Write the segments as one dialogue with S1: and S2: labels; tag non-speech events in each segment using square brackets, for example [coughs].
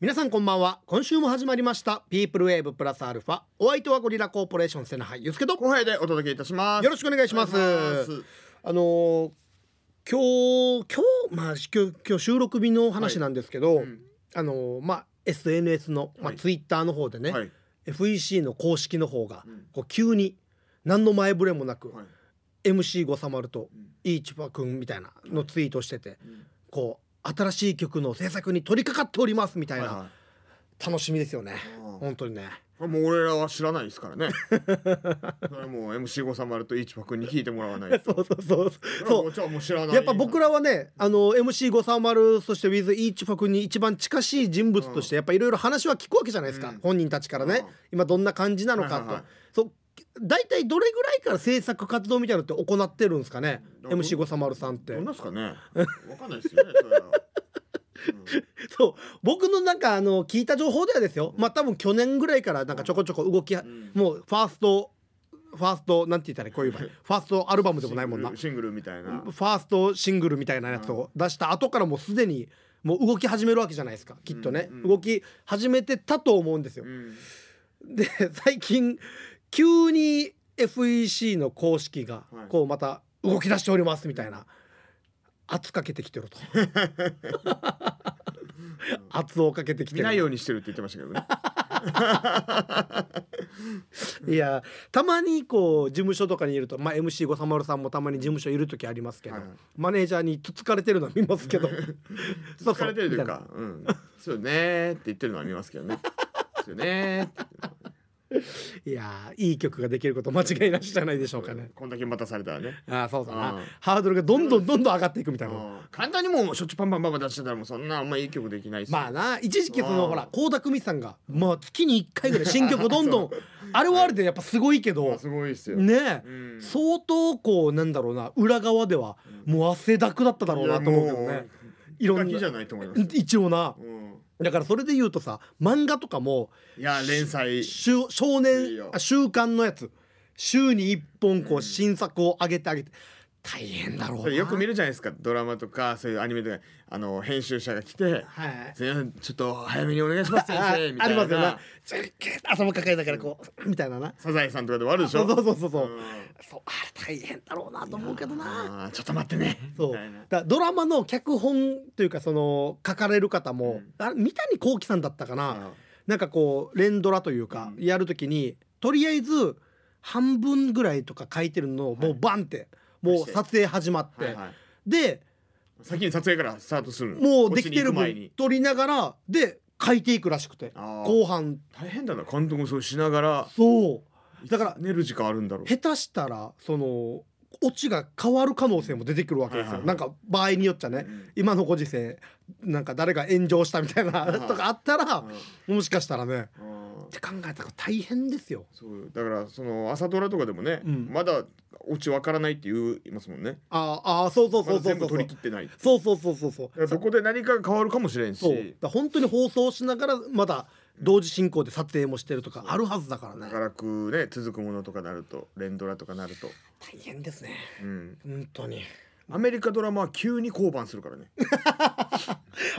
S1: 皆さんこんばんは今週も始まりました「ピープルウェーブプラスアルファ」お相手はゴリラコーポレーションセナハイユスケとよ
S2: 後輩でお届けいたします。
S1: ろしくお願いします
S2: お願いします
S1: あのー今日今日まあ今日今日収録日の話なんですけど、
S2: ん
S1: あのーまあ SNS の、まあ、
S2: はい
S1: ツイッターの方でね、
S2: はい。
S1: FEC の公式の方が
S2: うん
S1: こう急に何の前触れもなく、
S2: はい
S1: MC ごさまると
S2: うん
S1: イーチパくんみたいなのツイートしてて
S2: うん
S1: こう新しい曲の制作に取り掛かっておりますみたい
S2: はい
S1: な
S2: はい
S1: 楽しみですよね
S2: あ
S1: 本当にね
S2: これもう俺らは知らないですからね。それはもう MC 5 3 0とイチパ君に聞いてもらわないと。
S1: そうそうそう
S2: そ。
S1: そうう
S2: じゃもう知らない。
S1: やっぱ僕
S2: ら
S1: らはねあの MC530 そして With イーチパ君に一番近しい人物としてやっぱいろいろ話は聞くわけじゃないですか、
S2: うん
S1: 本人たちから
S2: うん
S1: ね今どんな感じなのかと、
S2: はいはいはい
S1: そう大体どれぐらいから制作活動みたいなのって行ってるんですかね
S2: どん
S1: MC530 さんって
S2: どんなんす
S1: [laughs]
S2: かね。わかんないですよね。それは
S1: そう僕のなんかあの聞いた情報ではですよまあ多分去年ぐらいからなんかちょこちょこ動きは
S2: ん
S1: もうファーストファーストなんて言ったらいいこう
S2: [laughs]
S1: いう場合ファーストアルバムでもないもんな
S2: シングルシングルみたいな
S1: フ。ァーストシングルみたいなやつを出した後からもうすでにもう動き始めるわけじゃないですかきっとね、
S2: うんうん
S1: 動き始めてたと思うんですよ
S2: う。ん
S1: で [laughs] 最近急に FEC の公式が
S2: はい
S1: こうまた動き出しておりますみたいな圧かけてきてると圧をかけてきて
S2: 見
S1: る
S2: ないようにしてるって言ってましたけどね。
S1: いやたまにこう事務所とかにいると、まあ、MC530 さんもたまに事務所いる時ありますけど、
S2: はい
S1: マネージャーにつつかれてるのは見ます
S2: [laughs]
S1: けどそう
S2: 疲れてるというか、うん。そうよねーって言ってるのは見ますけどね。そうよねーって。
S1: いやーいい曲ができること間違いなしじゃないでしょうかね。
S2: こんだけ待たされたらね。
S1: あーそうだな、
S2: うん
S1: ハードルがどんどんどんどん上がっていくみたいな、
S2: 簡単にもうしょっちゅうパンパンパンパン出してたらもうそんなあんまいい曲できないし、
S1: まあな一時期その
S2: うん
S1: ほら倖田來未さんがまあ月に1回ぐらい新曲をどんどん [laughs] あれはあれでやっぱすごいけ
S2: ま
S1: ど
S2: あすごいですよ、
S1: ね
S2: う
S1: え
S2: ん
S1: 相当こうなんだろうな裏側ではもう汗だくだっただろうなと思うけど
S2: いや
S1: ね
S2: も
S1: いろん
S2: ガキじゃ
S1: な
S2: ないと思いますよ、
S1: 一応な
S2: うん、
S1: だからそれで言うとさ漫画とかも
S2: いや連載
S1: 週少
S2: いい
S1: 年
S2: よ
S1: あ週刊のやつ週に1本こう新作を上げてあげて大変だろう
S2: そ
S1: な
S2: れよく見るじゃないですかドラマとかそういうアニメとかあの編集者が来て
S1: はい
S2: 「すいませんちょっと早めにお願いします
S1: [laughs]
S2: 先
S1: ああ
S2: 生」
S1: り
S2: み
S1: ま
S2: た
S1: す
S2: い
S1: よな
S2: な
S1: 頭抱えながらこうみたいなな
S2: 「サザエさん」とかでもあるでし
S1: そ
S2: ょ
S1: うそうそうそうそう
S2: うん
S1: そうあれ大変だろうなと思うけどな
S2: あーちょっと待ってね
S1: そう
S2: み
S1: だ
S2: たい
S1: か
S2: な
S1: らドラマの脚本というかその書かれる方も、
S2: うん
S1: あれ三谷幸喜さんだったかな、
S2: あ
S1: なんかこう連ドラというか、
S2: うん
S1: やるときにとりあえず半分ぐらいとか書いてるのをもうバンって、もう撮影始まって、
S2: はいはい
S1: で
S2: 先に撮影からスタートするの
S1: もうできてる
S2: こっちに行く前
S1: 分
S2: に
S1: 撮りながらで書いていくらしくて
S2: あー
S1: 後半
S2: 大変だな監督もそうしながら
S1: そう
S2: いつ
S1: だから
S2: 寝る時間あるんだろう
S1: 下手したらそのオチが変わる可能性も出てくるわけですよ、
S2: はいはいはい
S1: なんか場合によっちゃね、
S2: うん
S1: 今のご時世なんか誰が炎上したみたいな
S2: はい
S1: とかあったらもしかしたらね
S2: うん
S1: って考えたら大変ですよ
S2: そうだからその朝ドラとかでもね、
S1: うん
S2: まだオチわからないって言いますもんね
S1: あーあーそうそうそうそう
S2: まだ
S1: そうそ
S2: 全部取
S1: う
S2: り切ってないだ
S1: そうそうそうそうそう
S2: からそこで何かが変わるかもしれんし
S1: そうだから本当に放送しながらまだ同時進行で撮影もしてるとかあるはずだからね
S2: 長くね続くものとかなると連ドラとかなると、
S1: 大変ですね
S2: うん、
S1: 本当に
S2: アメリカドラマは急に降板するからね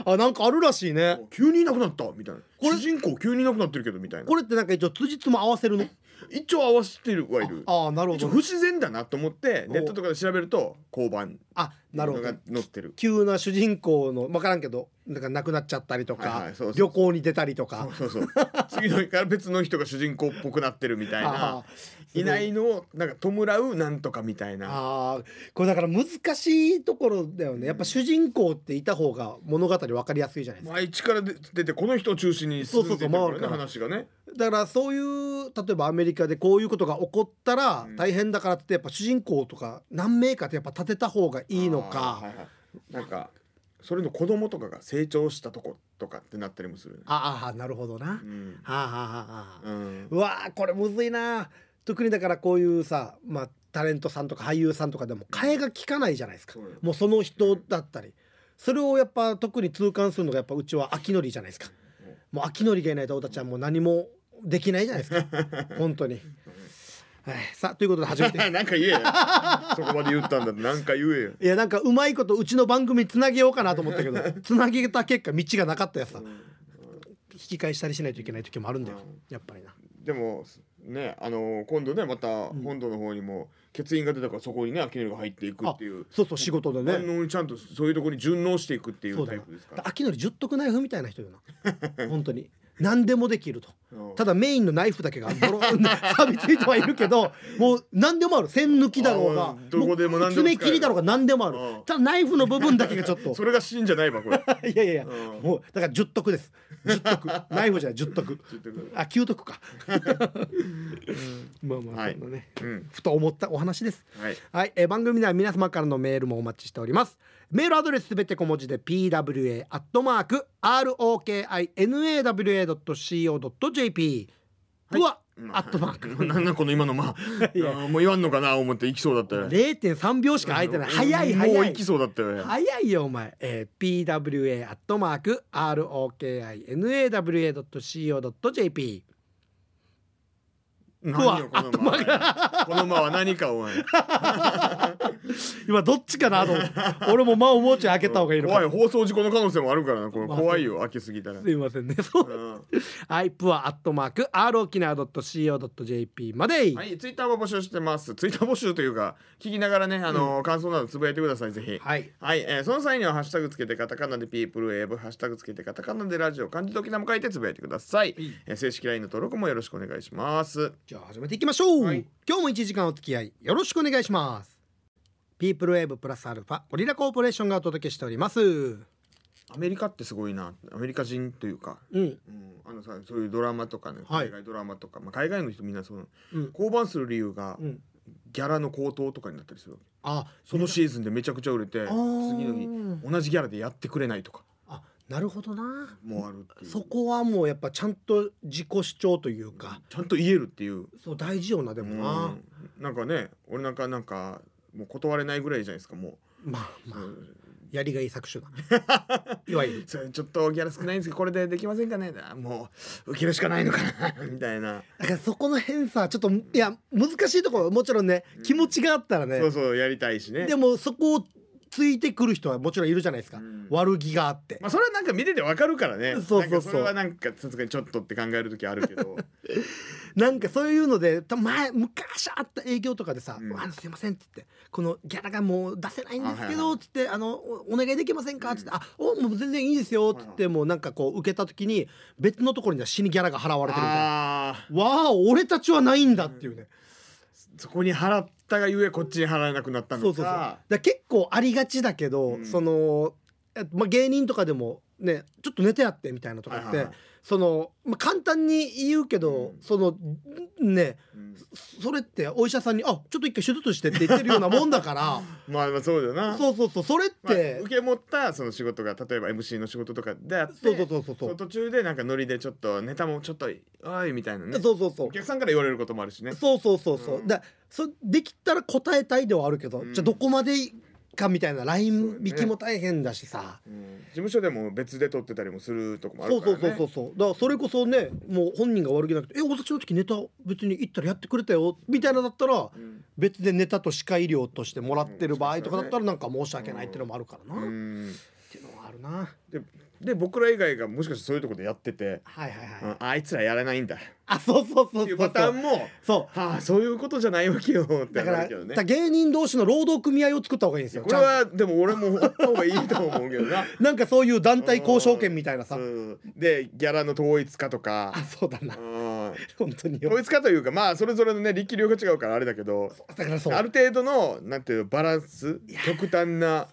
S1: あなんかあるらしいね
S2: 急にいなくなったみたいな
S1: れ
S2: 主人公急にいなくなってるけどみたいな
S1: これってなんか一応辻褄合わせるの
S2: 一応合わせてるはいる
S1: ああなるほ
S2: 一応
S1: ど
S2: 不自然だなと思ってネットとかで調べると降板って
S1: あ
S2: いう
S1: なるほ
S2: の
S1: ど
S2: が載ってる
S1: 急な主人公の分からんけどなんか亡くなっちゃったりと
S2: はいは
S1: か
S2: いそうそう
S1: 旅行に出たりとか
S2: そうそう次の日から別の人が主人公っぽくなってるみたい
S1: あ
S2: な
S1: ごい
S2: いないのをなんか弔うなんとかみたいな
S1: あーこれだから難しいところだよねやっぱ主人公っていた方が物語分かりやすいじゃないですか
S2: 毎日からで出てこの人を中心に進んでいってるから
S1: そうそ
S2: ね
S1: うそう
S2: 話がね
S1: だからそういう例えばアメリカでこういうことが起こったら
S2: うん
S1: 大変だからってやっぱ主人公とか何名かってやっぱ立てた方がいいの
S2: あーは
S1: か
S2: いはいなんかそれの子供とかが成長したとことかってなったりもするよね
S1: ああーなるほどな、は
S2: うん
S1: あはあはあ
S2: う
S1: はあ
S2: ん [laughs]
S1: うわーこれむずいな特にだからこういうさまあタレントさんとか俳優さんとかでも替えが利かないじゃないですか
S2: そうよ
S1: もうその人だったりそれをやっぱ特に痛感するのがやっぱうちは秋典じゃないですかもう秋典がいないと俺たちはもう何もできないじゃないですか
S2: [laughs]
S1: 本当に、はい、さあということで始めて
S2: なんか言え
S1: [laughs]
S2: よそこまで言ったんだってなんか言えよ
S1: いやなんかうま
S2: [laughs]
S1: いことうちの番組つなげようかなと思ったけどつなげた結果道がなかったやつさき返したりしないといけない時もあるんだよ、
S2: うん
S1: やっぱりな
S2: でもねあの今度ねまた
S1: ん
S2: 本土の方にも欠員が出たからそこにねアキネルが入っていくっていう
S1: そうそう仕事で
S2: 反
S1: ね
S2: 応にちゃんとそういうところに順応していくってい
S1: そううだ
S2: タイ
S1: よ
S2: プですから
S1: 秋のり十徳ナイフみたいな人よな本当に何でもできると
S2: うん
S1: ただメインのナイフだけがボロン
S2: [laughs]
S1: 錆びついてはいるけどもう何でもある線抜きだろう
S2: あ
S1: が
S2: ーどこでも何でも使える
S1: 爪切りだろうが何でもある
S2: うん
S1: ただナイフの部分だけがちょっと
S2: [laughs] それが死んじゃないわ
S1: [laughs]
S2: これ
S1: いやいやいや
S2: うん
S1: もうだから十徳です十徳ナイフじゃない十徳
S2: ちょっとこ
S1: あ九徳か [laughs] まあまあ
S2: はい
S1: そんなね
S2: れうん
S1: ふと思ったお話です
S2: はい
S1: はい、えー番組では皆様からのメールもお待ちしております。メールアドレスすべて小文字で pwa アットマーク rokinawa.co.jp うわ、アットマーク。
S2: [laughs] なんなんこの今のまあ
S1: いや
S2: あーもう言わんのかな思って行きそうだったよ
S1: 0.3秒しか空いてない。早い
S2: もう
S1: 早
S2: 行
S1: い
S2: き。そうだったよね
S1: 早いよお前、えー、pwa アットマーク rokinawa.co.jp
S2: 何よこの間はこの間は何かお前
S1: 今どっちかなと思って [laughs] 俺も間をもうちょい [laughs] 開けた方がいいの
S2: 怖
S1: か
S2: い放送事故の可能性もあるからなこれ
S1: まあそう
S2: 怖いよ開けすぎたら、
S1: すいませんねそう
S2: う
S1: はい、プアアットマーク r 沖縄 .co.jp まで、
S2: ん、はいツイッターも募集してますツイッター募集というか聞きながらねあの、感想などつぶやいてくださいぜひ
S1: はい、
S2: はい、えーその際にはハッシュタグつけてカタカナでピープルウェーブハッシュタグつけてカタカナでラジオ漢字時なも書いてつぶやいてください、
S1: い
S2: えー正式 LINE の登録もよろしくお願いします
S1: じゃあ始めていきましょう、
S2: はい
S1: 今日も1時間お付き合いよろしくお願いしますピープルウェーブプラスアルファオリラコーポレーションがお届けしておりますうん
S2: アメリカってすごいなアメリカ人というか、
S1: うん
S2: うん、あのさそういうドラマとかね
S1: はい
S2: 海外ドラマとか、まあ、海外の人みんなそう
S1: うん
S2: 降板する理由がギャラの高騰とかになったりするわけ
S1: あ
S2: そのシーズンでめちゃくちゃ売れて
S1: あー
S2: 次の日同じギャラでやってくれないとか
S1: あなるほどな
S2: もうあるっていう
S1: そこはもうやっぱちゃんと自己主張というか、
S2: ちゃんと言えるっていう
S1: そう大事よなでもな、
S2: うんなんかね俺なんかなんかもう断れないぐらいじゃないですかも
S1: まあ
S2: う、
S1: ま
S2: う
S1: あ
S2: ん
S1: やりがい搾取だ [laughs] いわゆる
S2: それちょっとギャラ少ないんですけどこれでできませんかねあもう受けるしかないのかなみたいな
S1: だからそこの辺さちょっといや難しいところもちろんね気持ちがあったらね、
S2: そうそうやりたいしね
S1: でもそこをついてくる人はもちろんいるじゃないですか、
S2: うん
S1: 悪気があって、
S2: まあそれはなんか見ててわかるからね
S1: そうそうそう
S2: なんかそれはなんかさすがにちょっとって考える時あるけ
S1: [laughs]
S2: ど
S1: なんかそういうのでた前昔あった営業とかでさ「
S2: うん
S1: あのすいません」って言って「このギャラがもう出せないんですけ
S2: あはい
S1: ど」
S2: は
S1: っつって「あのおお願いできませんか?」っつって「あおもう全然いいですよ」っつっ
S2: はい
S1: てもうなんかこう受けた時に別のところには死にギャラが払われてるみたいな。
S2: ああ
S1: わあ俺たちはないんだっていうね、
S2: そこに払ったがゆえこっちに払えなくなったのか
S1: そうそうそうだから結構ありがちだけど、
S2: うん
S1: その、えまあ、芸人とかでもねちょっと寝てやってみたいなとかって、
S2: はいはいはい
S1: その、まあ、簡単に言うけど、
S2: うん
S1: そのんね
S2: うん
S1: それってお医者さんに「あちょっと一回手術して」って言ってるようなもんだか
S2: まあまあそうだよ [laughs] な
S1: らそうそうそうそれっ
S2: まあ
S1: て
S2: 受、け持ったその仕事が例えば MC の仕事とかであって
S1: そうそうそうそう
S2: そ
S1: そう
S2: の途中でなんかノリでちょっとネタもちょっと「おい」みたいなね
S1: そうそうそう
S2: お客さんから言われることもあるしね
S1: そうそうそうそう
S2: うん
S1: だそできたら答えたいではあるけど、
S2: うん
S1: じゃあどこまでかみたいなライ
S2: そう
S1: ン
S2: よね
S1: 引きも大変だしさ。
S2: うん事務所でも別で撮ってたりもするとこもあ
S1: そ
S2: る
S1: う
S2: から
S1: そう
S2: ね
S1: そうそうそうだからそれこそねもう本人が悪気なくて「え私の時ネタ別に行ったらやってくれたよ」みたいなのだったら
S2: うん
S1: 別でネタと歯科医療としてもらってる場合とかだった
S2: う
S1: らなんか申し訳ないっていうのもあるからな、っ
S2: うん
S1: ていうのはあるな
S2: でで僕ら以外がもしかしてそういうとこでやってて
S1: はいはいはい、
S2: うんあいつらやらないんだっ
S1: あそうそうそう
S2: てい
S1: そううそ
S2: パ
S1: う
S2: ターンも
S1: そう
S2: はあそういうことじゃないわけよって
S1: だか
S2: な
S1: ら
S2: るけどね
S1: だ芸人同士の労働組合を作った方がいいんですよ
S2: これはでも俺もあった方がいいと思うけどな
S1: ちゃんなんかそういう団体交渉権みたいなさ、
S2: うんでギャラの統一化とか
S1: あそうだな
S2: うん
S1: 本当によ
S2: 統一化というかまあそれぞれのね力量が違うからあれだけど
S1: だからそう
S2: ある程度のなんていうのバランス極端な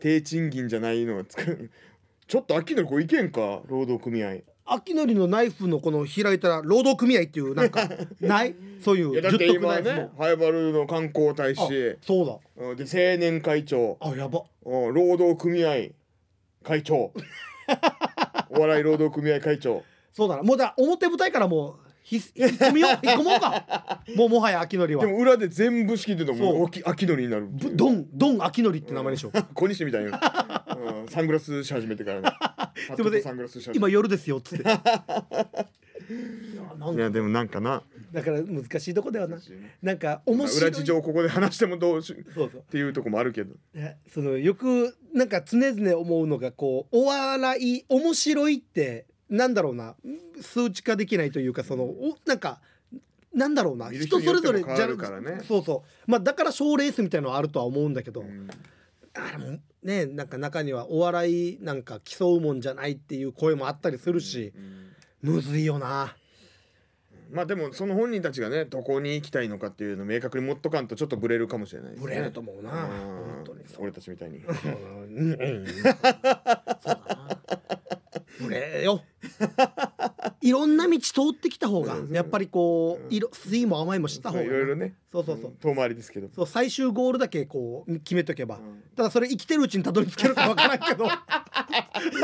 S2: 低賃金じゃないのを作る [laughs] ちょっと秋の子いけんか労働組合い
S1: 秋のりのナイフのこの開いたら労働組合っていうなん
S2: [laughs]
S1: かないそういう
S2: やだっ
S1: 十
S2: て
S1: 徳
S2: 今ねハイバルの観光大
S1: あ
S2: 使
S1: そうだ
S2: うんで青年会長
S1: あやば
S2: うん労働組合会
S1: [laughs]
S2: 長お笑い労働組合会長
S1: そうだなもうだ表舞台からもうひ引っ込みよう引っ込もうかもうもはや秋のりは
S2: でも裏で全部仕切ってたも
S1: そ
S2: ん
S1: う
S2: 秋秋のりになるっていう
S1: ぶドンドン秋のりって名前でしょ、
S2: 小西みたい
S1: [laughs]
S2: な、うん、サングラスし始めてからねパッ
S1: すいませ
S2: と
S1: ん
S2: サングラスし始めて
S1: 今夜ですよっつっていやなん
S2: い
S1: か
S2: やでもなんかな
S1: だから難しいとこだよな
S2: 難しいね
S1: なんか面白
S2: 裏
S1: い
S2: 事情をここで話してもどうしっ
S1: そうそう
S2: ていうとこもあるけど
S1: ねそのよくなんか常々思うのがこうお笑い面白いってなんだろうな数値化できないというかそのおなんかなんだろうな
S2: 見る人
S1: 人それぞれ
S2: によっても変わるからね
S1: そうそうまあだから賞レースみたいのはあるとは思うんだけど、
S2: うん
S1: あれもねなんか中にはお笑いなんか競うもんじゃないっていう声もあったりするし、
S2: うん
S1: むずいよな
S2: まあでもその本人たちがねどこに行きたいのかっていうのを明確に持っとかんとちょっとブレるかもしれないですね
S1: ブレると思うな、
S2: うん
S1: 本当にそう
S2: 俺たちみたいに
S1: うんうんうんそうだなブレよいろんな道通ってきた方がやっぱりこう色酸いも甘いも知った方
S2: そ
S1: が
S2: ういろいろね
S1: そうそうそうん
S2: 遠回りですけど
S1: そう最終ゴールだけこう決めとけば、
S2: ん
S1: ただそれ生きてるうちにたどり着けるかわからん [laughs] けどだ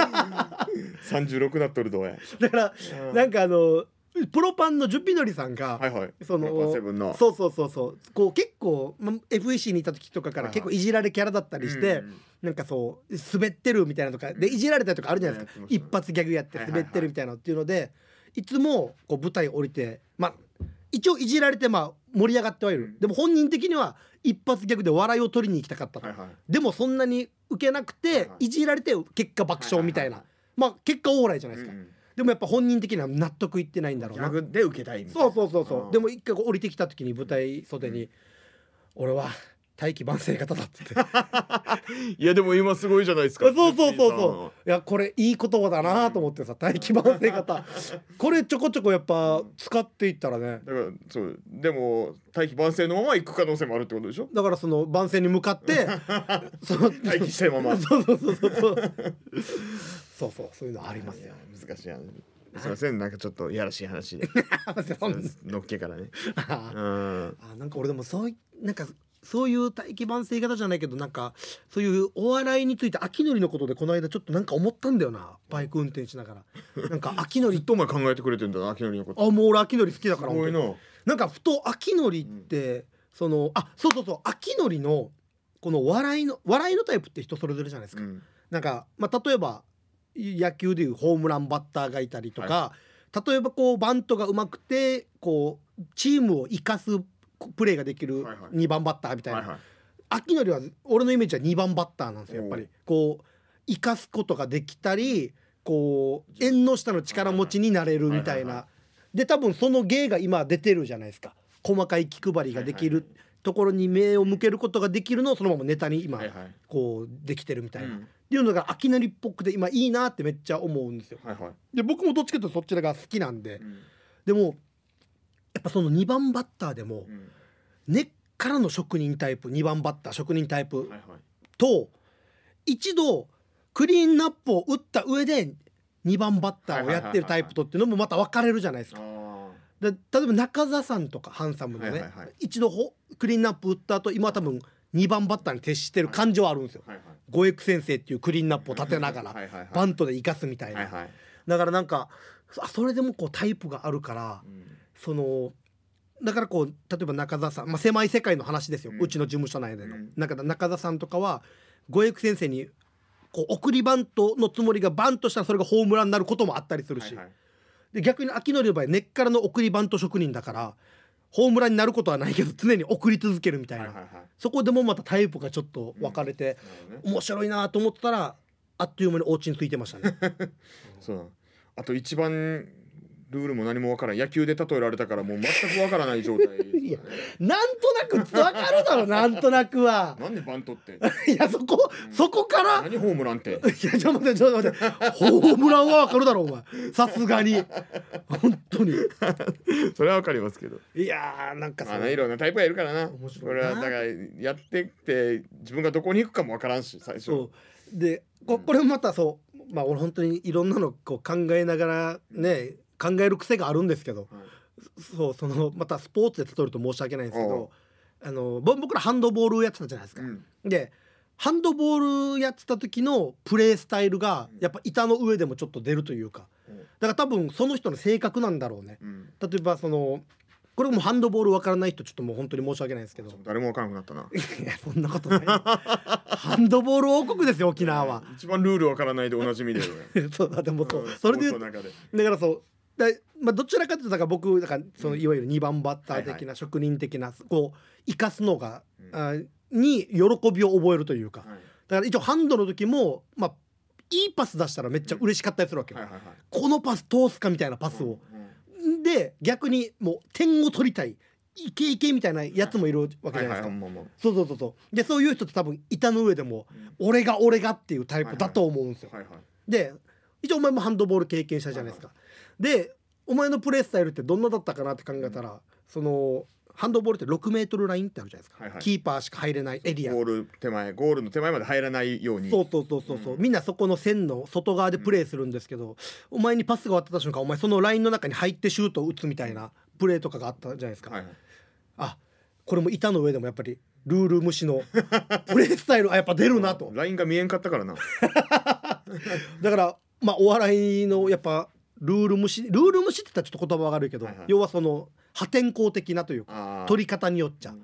S1: か
S2: 36なっとるどうや
S1: ら、
S2: うん
S1: なんかあのプロパンのジュピノリさんが、
S2: はいはい
S1: その
S2: プロパンセブンの
S1: そうそうそうそうこう結構、ま、FEC にいた時とかから結構いじられキャラだったりして、
S2: うんうん
S1: なんかそう滑ってるみたいなとかでいじられたりとかあるじゃないですか、
S2: うん
S1: 一発ギャグやって滑ってるみたいなのっていうので、いつもこう舞台降りてまあ一応いじられてまあ盛り上がってはいる、
S2: うん
S1: でも本人的には一発ギャグで笑いを取りに行きたかったと、
S2: はいはい
S1: でもそんなに受けなく
S2: は
S1: て
S2: いはい
S1: いじられて結果爆笑みたいな、
S2: はい
S1: まあ結果オーライじゃないですか、
S2: うんうん
S1: でもやっぱ本人的には納得いってないんだろう
S2: ギ
S1: な
S2: ャグで受けたいみたい
S1: そ
S2: な
S1: うそうそうそ
S2: あ
S1: う
S2: ー
S1: でも一回こう降りてきた時に舞台袖に「俺は大器晩成型だ」って言って
S2: いやでも今すごいじゃないですか
S1: そうそうそうそういやこれいい言葉だなと思ってさ大器晩成型これちょこちょこやっぱ使っていったらね
S2: だからそうでも大器晩成のまま行く可能性もあるってことでしょ
S1: だからその晩成に向かって [laughs] その
S2: 待機したい
S1: [laughs]
S2: まま
S1: そうそうそうそうそうそうそうそういうのありますよ [laughs]
S2: 難しい話すいませんなんかちょっといやらしい [laughs] 話でのっけからねうん
S1: あなんか俺でもそういなんかそういう大器晩成型じゃないけどなんかそういうお笑いについて秋のりのことでこの間ちょっとなんか思ったんだよなバイク運転しながらなんか秋の
S2: ず
S1: り
S2: っとお前考えてくれてんだな秋のりのこと
S1: あもう俺秋のり好きだから
S2: すごい
S1: 本当に
S2: な
S1: なんかふと秋のりって、そのあそうそうそう秋のりのこの笑いの笑いのタイプって人それぞれじゃないですか、
S2: うん
S1: なんか、まあ、例えば野球でいうホームランバッターがいたりとか、例えばこうバントがうまくてこうチームを生かすプレーができる
S2: はいはい
S1: 2番バッターみたいな、
S2: はいはい
S1: 秋のりは俺のイメージは2番バッターなんですよやっぱ
S2: お
S1: りこう生かすことができたりこう縁の下の力持ちになれるみた
S2: はいいは
S1: な
S2: いは
S1: で多分その芸が今出てるじゃないですか細かい気配りができるところに目を向けることができるのをそのままネタに今
S2: はいはい
S1: こうできてるみたいな、
S2: う
S1: っ
S2: ん
S1: ていうのが秋のりっぽくて今いいなってめっちゃ思うんですよ。
S2: はいはい
S1: で僕もどっちかというとそっちらが好きなんで
S2: うん
S1: でもやっぱその2番バッターでも
S2: うん
S1: 根っからの職人タイプ2番バッター職人タイプ
S2: はいはい
S1: と一度クリーンナップを打った上で2番バッターをやってるタイプとっていうのもまた分かれるじゃないです
S2: あ
S1: か。
S2: ー
S1: で例えば中澤さんとかハンサムのね、
S2: はいはいはい
S1: 一度ほクリーンナップ打った後今は多分2番バッターに徹してる感じはあるんですよ。
S2: はいはい
S1: ゴエク先生っていうクリーンナップを立てなが
S2: は
S1: ら
S2: いはいはい
S1: バントで生かすみたいな、
S2: はいはい
S1: だからなんかあそれでもこうタイプがあるから
S2: うん
S1: そのだからこう例えば中澤さん、まあ、狭い世界の話ですよ、
S2: う
S1: うんちの事務所内での、
S2: うん
S1: 中田中澤さんとかは五育先生にこう送りバントのつもりがバントしたらそれがホームランになることもあったりするし、
S2: はいはい
S1: で逆に秋のりの場合根っからの送りバント職人だからホームランになることはないけど常に送り続けるみたいな、
S2: はいはいはい
S1: そこでもまたタイプがちょっと分かれて、
S2: なるほどね
S1: 面白いなと思ったらあっという間にお家に着いてましたね。 [laughs]
S2: そうなのあと一番ルールも何もわからん野球で例えられたからもう全くわからない状態ですから
S1: [laughs]
S2: ね
S1: いやなんとなく分かるだろなんとなくは。
S2: なんでバントって
S1: いやそこそこから
S2: 何ホームラン
S1: [laughs]
S2: って
S1: いや、ちょっと待って、ちょっと待って。ホームランはわかるだろ、お前。さすがに。本当に。
S2: それはわかりますけど
S1: いやー、なんか
S2: ま
S1: さ
S2: あ、ねいろんなタイプがいるからな
S1: 面白いな
S2: これはだからやってって自分がどこに行くかもわからんし最初
S1: そう。で、ここれもまたそう、まあ俺本当にいろんなのこう考えながらね、考える癖があるんですけど、
S2: はい
S1: そう、その、またスポーツで例えると申し訳ないんですけ
S2: おう
S1: ど、あの、ぼ僕らハンドボールやってたじゃないですか。
S2: うん
S1: で、ハンドボールやってた時のプレースタイルが、やっぱ板の上でもちょっと出るというか、だから多分その人の性格なんだろうね。
S2: うん
S1: 例えばそのこれもハンドボールわからない人ちょっともう本当に申し訳ないですけど
S2: 誰もわからなくなったない
S1: やそんな [laughs] ことないハンドボール王国ですよ沖縄は
S2: 一番ルールわからないでおなじ
S1: [laughs]
S2: みで
S1: そうだでもそうそれで言う
S2: スポーツの中で
S1: だからそうだまあどちらかというとだから僕だからそのいわゆる2番バッター
S2: はい
S1: 的
S2: は
S1: な職人的なこう生かすのが
S2: うん
S1: あに喜びを覚えるというかだから一応ハンドの時もまあいいパス出したらめっちゃ嬉しかったりするわけよ、
S2: はいはいはい
S1: このパス通すかみたいなパスを、
S2: うんうん
S1: で逆にもう点を取りたいいけいけみたいなやつもいるわけじゃないですか、
S2: はいはいまあまあ
S1: そうそうそうそうでそういう人って多分板の上でも
S2: うん
S1: 俺が俺がっていうタイプだと思うんですよ、
S2: はいはい
S1: で一応お前もハンドボール経験者じゃないですか、でお前のプレースタイルってどんなだったかなって考えたら、そのハンドボールって6メートルラインってあるじゃないですか、
S2: はいはい
S1: キーパーしか入れないエリア
S2: ゴール手前ゴールの手前まで入らないように
S1: そうそうそうそうそう、みんなそこの線の外側でプレーするんですけど、お前にパスが渡った瞬間お前そのラインの中に入ってシュートを打つみたいなプレーとかがあったじゃないですか、
S2: はいはい
S1: あこれも板の上でもやっぱりルール無視のプレースタイルあやっぱ出るなと
S2: ラインが見えんかったからな
S1: だからまあお笑いのやっぱルール無視ルール無視って言ったらちょっと言葉が悪いけど、
S2: はいはい
S1: 要はその破天荒的なというか
S2: あ
S1: 取
S2: り
S1: り方によっちゃ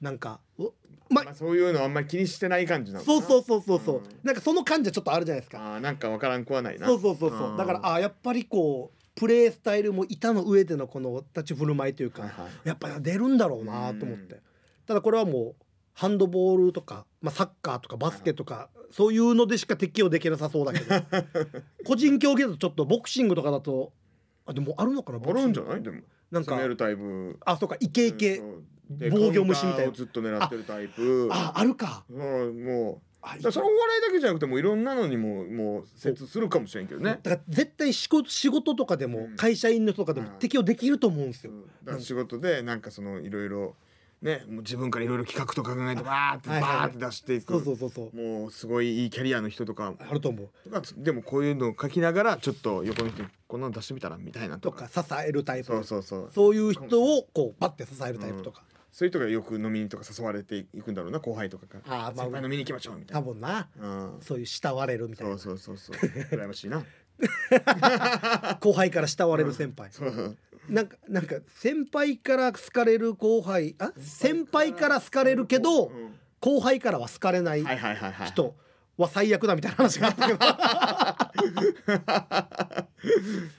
S1: なんかおまあ
S2: そういうのあんまり気にしてない感じなのか
S1: そ
S2: な
S1: うそうそうそうそう、
S2: うん
S1: なんかその感じはちょっとあるじゃないですか
S2: あーなんかわからんくはないな
S1: そうそうそうそうだからあーやっぱりこうプレースタイルも板の上でのこの立ち振る舞いというか、
S2: はいはい
S1: やっぱ出るんだろうなと思って、ただこれはもうハンドボールとか、まあ、サッカーとかバスケとか、そういうのでしか適用できなさそうだけ
S2: [laughs]
S1: ど個人競技だとちょっとボクシングとかだとあでもあるのかな
S2: あるんじゃ
S1: い
S2: ないでも
S1: なんか
S2: 攻めるタイプ
S1: あそうかイケイケ、
S2: うんで
S1: 防御虫みた
S2: カ
S1: い
S2: ウンターを
S1: な
S2: ずっと狙ってるタイプ
S1: ああるか
S2: うんも
S1: あ
S2: うだからそれお笑いだけじゃなくてもういろんなのにももう接するかもしれんけどね
S1: だから絶対仕事仕事とかでも
S2: うん
S1: 会社員の人とかでも
S2: はい
S1: 適用できると思うんです
S2: う
S1: よ。
S2: んだから仕事でなんかそのいろいろねもう自分からいろいろ企画とか考えてバーって
S1: はいはい
S2: バーって出していく
S1: そうそうそうそう
S2: もうすごいいいキャリアの人とか
S1: あると思う。
S2: とかでもこういうのを書きながらちょっと横の人にこんなの出してみたらみたいな
S1: と
S2: と
S1: か
S2: か
S1: 支えるタイプ
S2: そうそうそう
S1: そういう人をこうバッて支えるタイプとか、
S2: そういう人がよく飲みにとか誘われていくんだろうな後輩とかから
S1: あーまあ
S2: 先輩飲みに行きましょうみた
S1: 多
S2: い
S1: 分な
S2: なうん
S1: そういう慕われるみたい
S2: そう
S1: な
S2: そうそうそう羨ましいな
S1: 後輩から慕われる先輩、
S2: そう
S1: なんかなんか先輩から好かれる後輩あ [laughs] 先輩から好かれるけど、
S2: うん
S1: 後輩からは好かれない
S2: はいはいはいはい
S1: 人は最悪だみたいな話があったけど
S2: [laughs]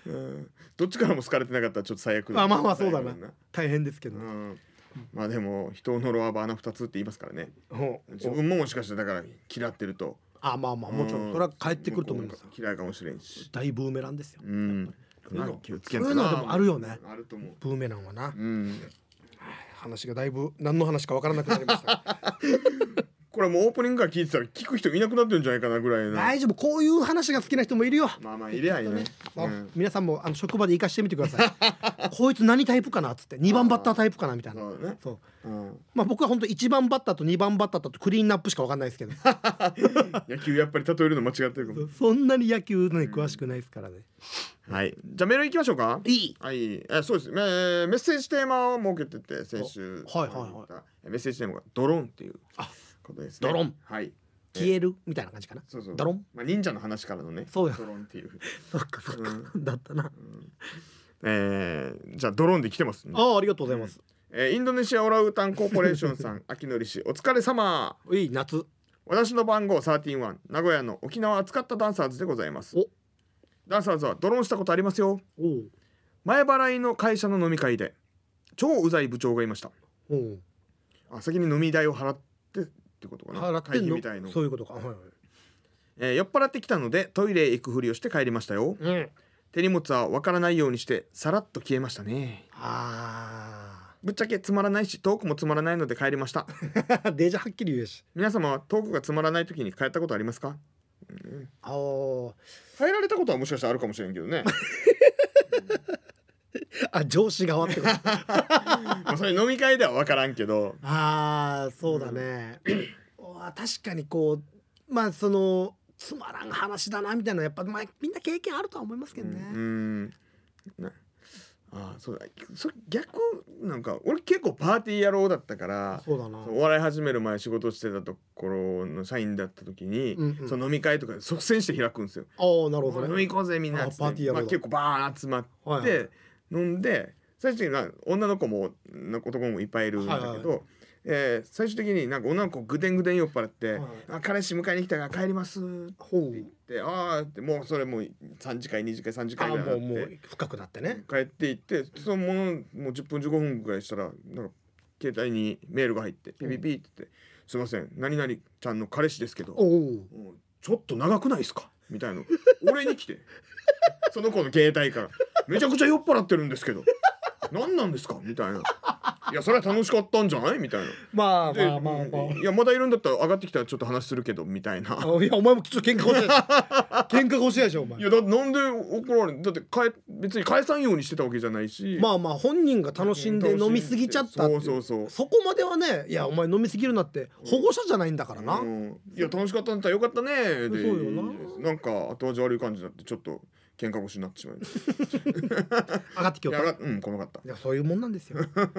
S2: うんどっちからも好かれてなかったらちょっと最悪
S1: まあまあまあそうだ
S2: 最
S1: な
S2: 悪
S1: 大変ですけど
S2: う
S1: ね、
S2: んまあでも人を呪わば穴二つって言いますからね
S1: ほう
S2: 自分ももしかしてだから嫌ってると
S1: あまあまあもちろ
S2: うん
S1: それは返ってくると思います
S2: 向こうも嫌いかもしれんし
S1: 大ブーメランですよ
S2: うん
S1: ういうの
S2: 気をつ
S1: そ
S2: け
S1: うんい
S2: と
S1: う
S2: な
S1: のはでもあるよね
S2: あると思う
S1: ブーメランはな
S2: うん
S1: 話がだいぶ何の話かわからなくなりました
S2: これもうオープニングから聞いてたら聞く人いなくなってるんじゃないかなぐらいな
S1: 大丈夫こういう話が好きな人もいるよ、
S2: まあまあ入れ合いね
S1: あ
S2: うん
S1: 皆さんもあの職場で生かしてみてくださいこいつ [laughs] 何タイプかなっつって2番バッタータイプかなみたいな
S2: そうだね
S1: そう
S2: うん
S1: まあ僕は本当1番バッターと2番バッターとクリーンナップしか分かんないですけど
S2: [laughs] 野球やっぱり例えるの間違ってるかも
S1: そんなに野球のに詳しくないですからね、
S2: はいじゃあメール行きましょうか
S1: いい
S2: はい、えそうです、ね、えーメッセージテーマを設けてて先週
S1: おはいはいはい
S2: いメッセージテーマがドローンっていう
S1: あ
S2: ことですね
S1: ドローン
S2: はい
S1: 消えるみたいな感じかな
S2: そうそう
S1: ドローン
S2: まあ忍者の話からのね
S1: そうよ
S2: ドローン
S1: [laughs]
S2: っていう、
S1: そっかそっか、
S2: う
S1: だったな、
S2: えー、じゃあドローンで来てますね
S1: ああありがとうございます、
S2: えーインドネシアオラウータンコーポレーションさん秋のり氏お疲れ様
S1: いい夏
S2: 私の番号131名古屋の沖縄扱ったダンサーズでございます
S1: お
S2: ダンサーズはドローンしたことありますよ
S1: おう
S2: 前払いの会社の飲み会で超うざい部長がいました
S1: おう
S2: あ先に飲み代を払ってってことかな
S1: 払って
S2: 会
S1: ん
S2: 費
S1: の
S2: みたいの
S1: そういうことか、はいはい
S2: えー酔っ払ってきたのでトイレへ行くふりをして帰りましたよ
S1: うん、
S2: 手荷物はわからないようにしてさらっと消えましたね
S1: あ
S2: ぶっちゃけつまらないしトークもつまらないので帰りました
S1: あデー [laughs] ジャはっきり言うやし
S2: 皆様はトークがつまらない時に帰ったことありますか、うん
S1: あー
S2: 帰られたことはもしかしたらあるかもしれんけどね
S1: あ上司側ってこと
S2: [laughs] まあそれ飲み会ではわからんけど
S1: ああそうだね、うわ確かにこうまあそのつまらん話だなみたいなやっぱ、まあ、みんな経験あるとは思いますけ
S2: う
S1: どね、
S2: んなあそうだそれ逆なんか俺結構パーティー野郎だったから
S1: そうだな
S2: お笑い始める前仕事してたところの社員だった時に、
S1: うんうん
S2: その飲み会とか率先して開くんですよ。
S1: ああなるほど
S2: 飲み
S1: ね
S2: 行こうぜみんなっつって
S1: あパーティーやろ
S2: ま
S1: う
S2: あ、結構バーン集まって、
S1: はいはい
S2: 飲んで最終的にまあ女の子もな男もいっぱいいるんだけど、
S1: はいは
S2: えー最終的になんか女の子ぐでんぐでん酔っ払って
S1: は
S2: 「
S1: い
S2: あ彼氏迎えに来たから帰ります」
S1: ほう
S2: って「ああ」ってもうそれもう3次会2次会3次
S1: あ
S2: 会
S1: あ
S2: ぐらいにな
S1: も
S2: っ
S1: う
S2: て
S1: もう深くなってね
S2: 帰っていってそのものもう10分15分ぐらいしたらなんか携帯にメールが入ってピピピって言って「すいません何々ちゃんの彼氏ですけど
S1: おお
S2: うんちょっと長くないですか?」みたいの俺に来てその子の携帯から「めちゃくちゃ酔っ払ってるんですけど何なんですか?」みたいな「いやそれは楽しかったんじゃない?」みたいな
S1: まあ
S2: で
S1: まあまあま
S2: いやまだいるんだったら上がってきたらちょっと話するけどみたいな。
S1: ああいやお前もちょっと喧嘩腰やし
S2: [laughs]
S1: 喧嘩腰やしお前
S2: いやだなんで怒られるだってかえ別に返さんようにしてたわけじゃないし
S1: まあまあ本人が楽しんで飲みすぎちゃったってい
S2: そうそうそう
S1: そこまではねいやお前飲みすぎるなって保護者じゃないんだからな、
S2: うんいや楽しかったんだったらよかったねで
S1: そうよな
S2: なんか後味悪い感じになってちょっと喧嘩腰になってしまいました
S1: 上がってきよ
S2: い
S1: ったい
S2: や上がっうん細かった
S1: やそういうもんなんです
S2: [laughs]
S1: よあ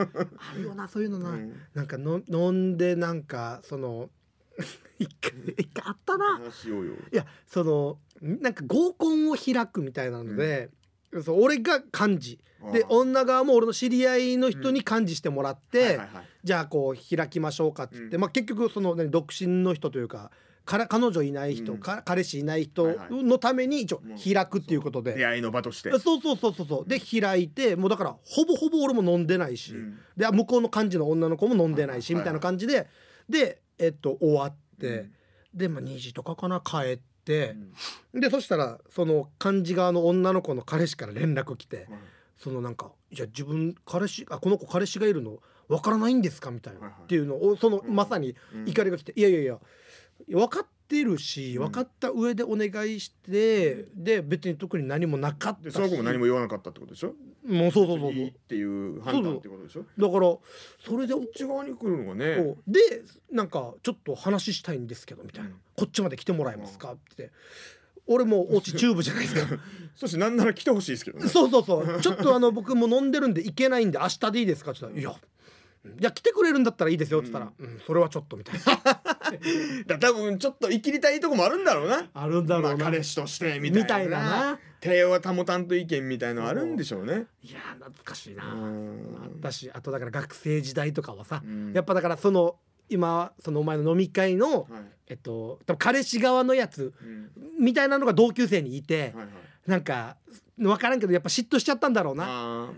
S1: るよなそういうのな、
S2: うん
S1: なんかの飲んでなんかその [laughs] 一回一回あったな
S2: 話しようよ
S1: いやそのんなんか合コンを開くみたいなので、そう俺が幹事で
S2: あー
S1: 女側も俺の知り合いの人に幹事してもらって、
S2: はいはいはい
S1: じゃあこう開きましょうかっつって、
S2: うん
S1: まあ、結局その、ね、独身の人というかから彼女いない人、
S2: うん
S1: か彼氏いない人
S2: はいはい
S1: のために一応
S2: もう
S1: 開くっていうことで、
S2: 出会いの場として
S1: そうそうそうそうそうで開いてもうだからほぼほぼ俺も飲んでないし、
S2: うん
S1: で向こうの幹事の女の子も飲んでないし、
S2: はい
S1: み
S2: はい
S1: たいな感じでで、えっと、終わって、
S2: うん
S1: で、まあ、2時とかかな帰って
S2: う、ん
S1: でそしたらその幹事側の女の子の彼氏から連絡来て
S2: はい
S1: そのなんか「じゃあ自分彼氏あこの子彼氏がいるのわからないんですか?」みたい
S2: は
S1: ない
S2: はい
S1: っていうのをその
S2: うん
S1: まさに
S2: うん
S1: 怒りが来て「いやいやいや分かってるし
S2: うん
S1: 分かった上でお願いしてで別に特に何もなかった
S2: で
S1: し
S2: その子も何も言わなかったってことでしょ
S1: もうそうそうそう
S2: いいっていう判断ってことでしょこ
S1: そうだからそれで
S2: っち側に来るのが
S1: そ
S2: ね
S1: うでなんかちょっと話したいんですけどみたいな、
S2: うん
S1: こっちまで来てもらえますかって俺もうオチチューブじゃないです [laughs] か
S2: そしてなんなら来てほしいですけどね
S1: そうそうそうちょっとあの僕もう飲んでるんで行けないんで明日でいいですかって言ったら「いやいや来てくれるんだったらいいですよ」って言ったら「うん、それはちょっと」みたいな
S2: だ多分ちょっと生きりたいとこもあるんだろうな
S1: あるんだ
S2: ま
S1: ろ
S2: あ
S1: うな、
S2: 彼氏としてみたいな
S1: みたいなな
S2: 帝王は保たんと意見みたいのあるんでしょうね
S1: いや懐かしいうな、あっ
S2: ん
S1: たしあとだから学生時代とかはさ、
S2: うん
S1: やっぱだからその今そのお前の飲み会の、
S2: はい
S1: えっと多分彼氏側のやつ
S2: うん
S1: みたいなのが同級生にいて、
S2: はいはい
S1: なんか分からんけどやっぱ嫉妬しちゃったんだろうな、
S2: あ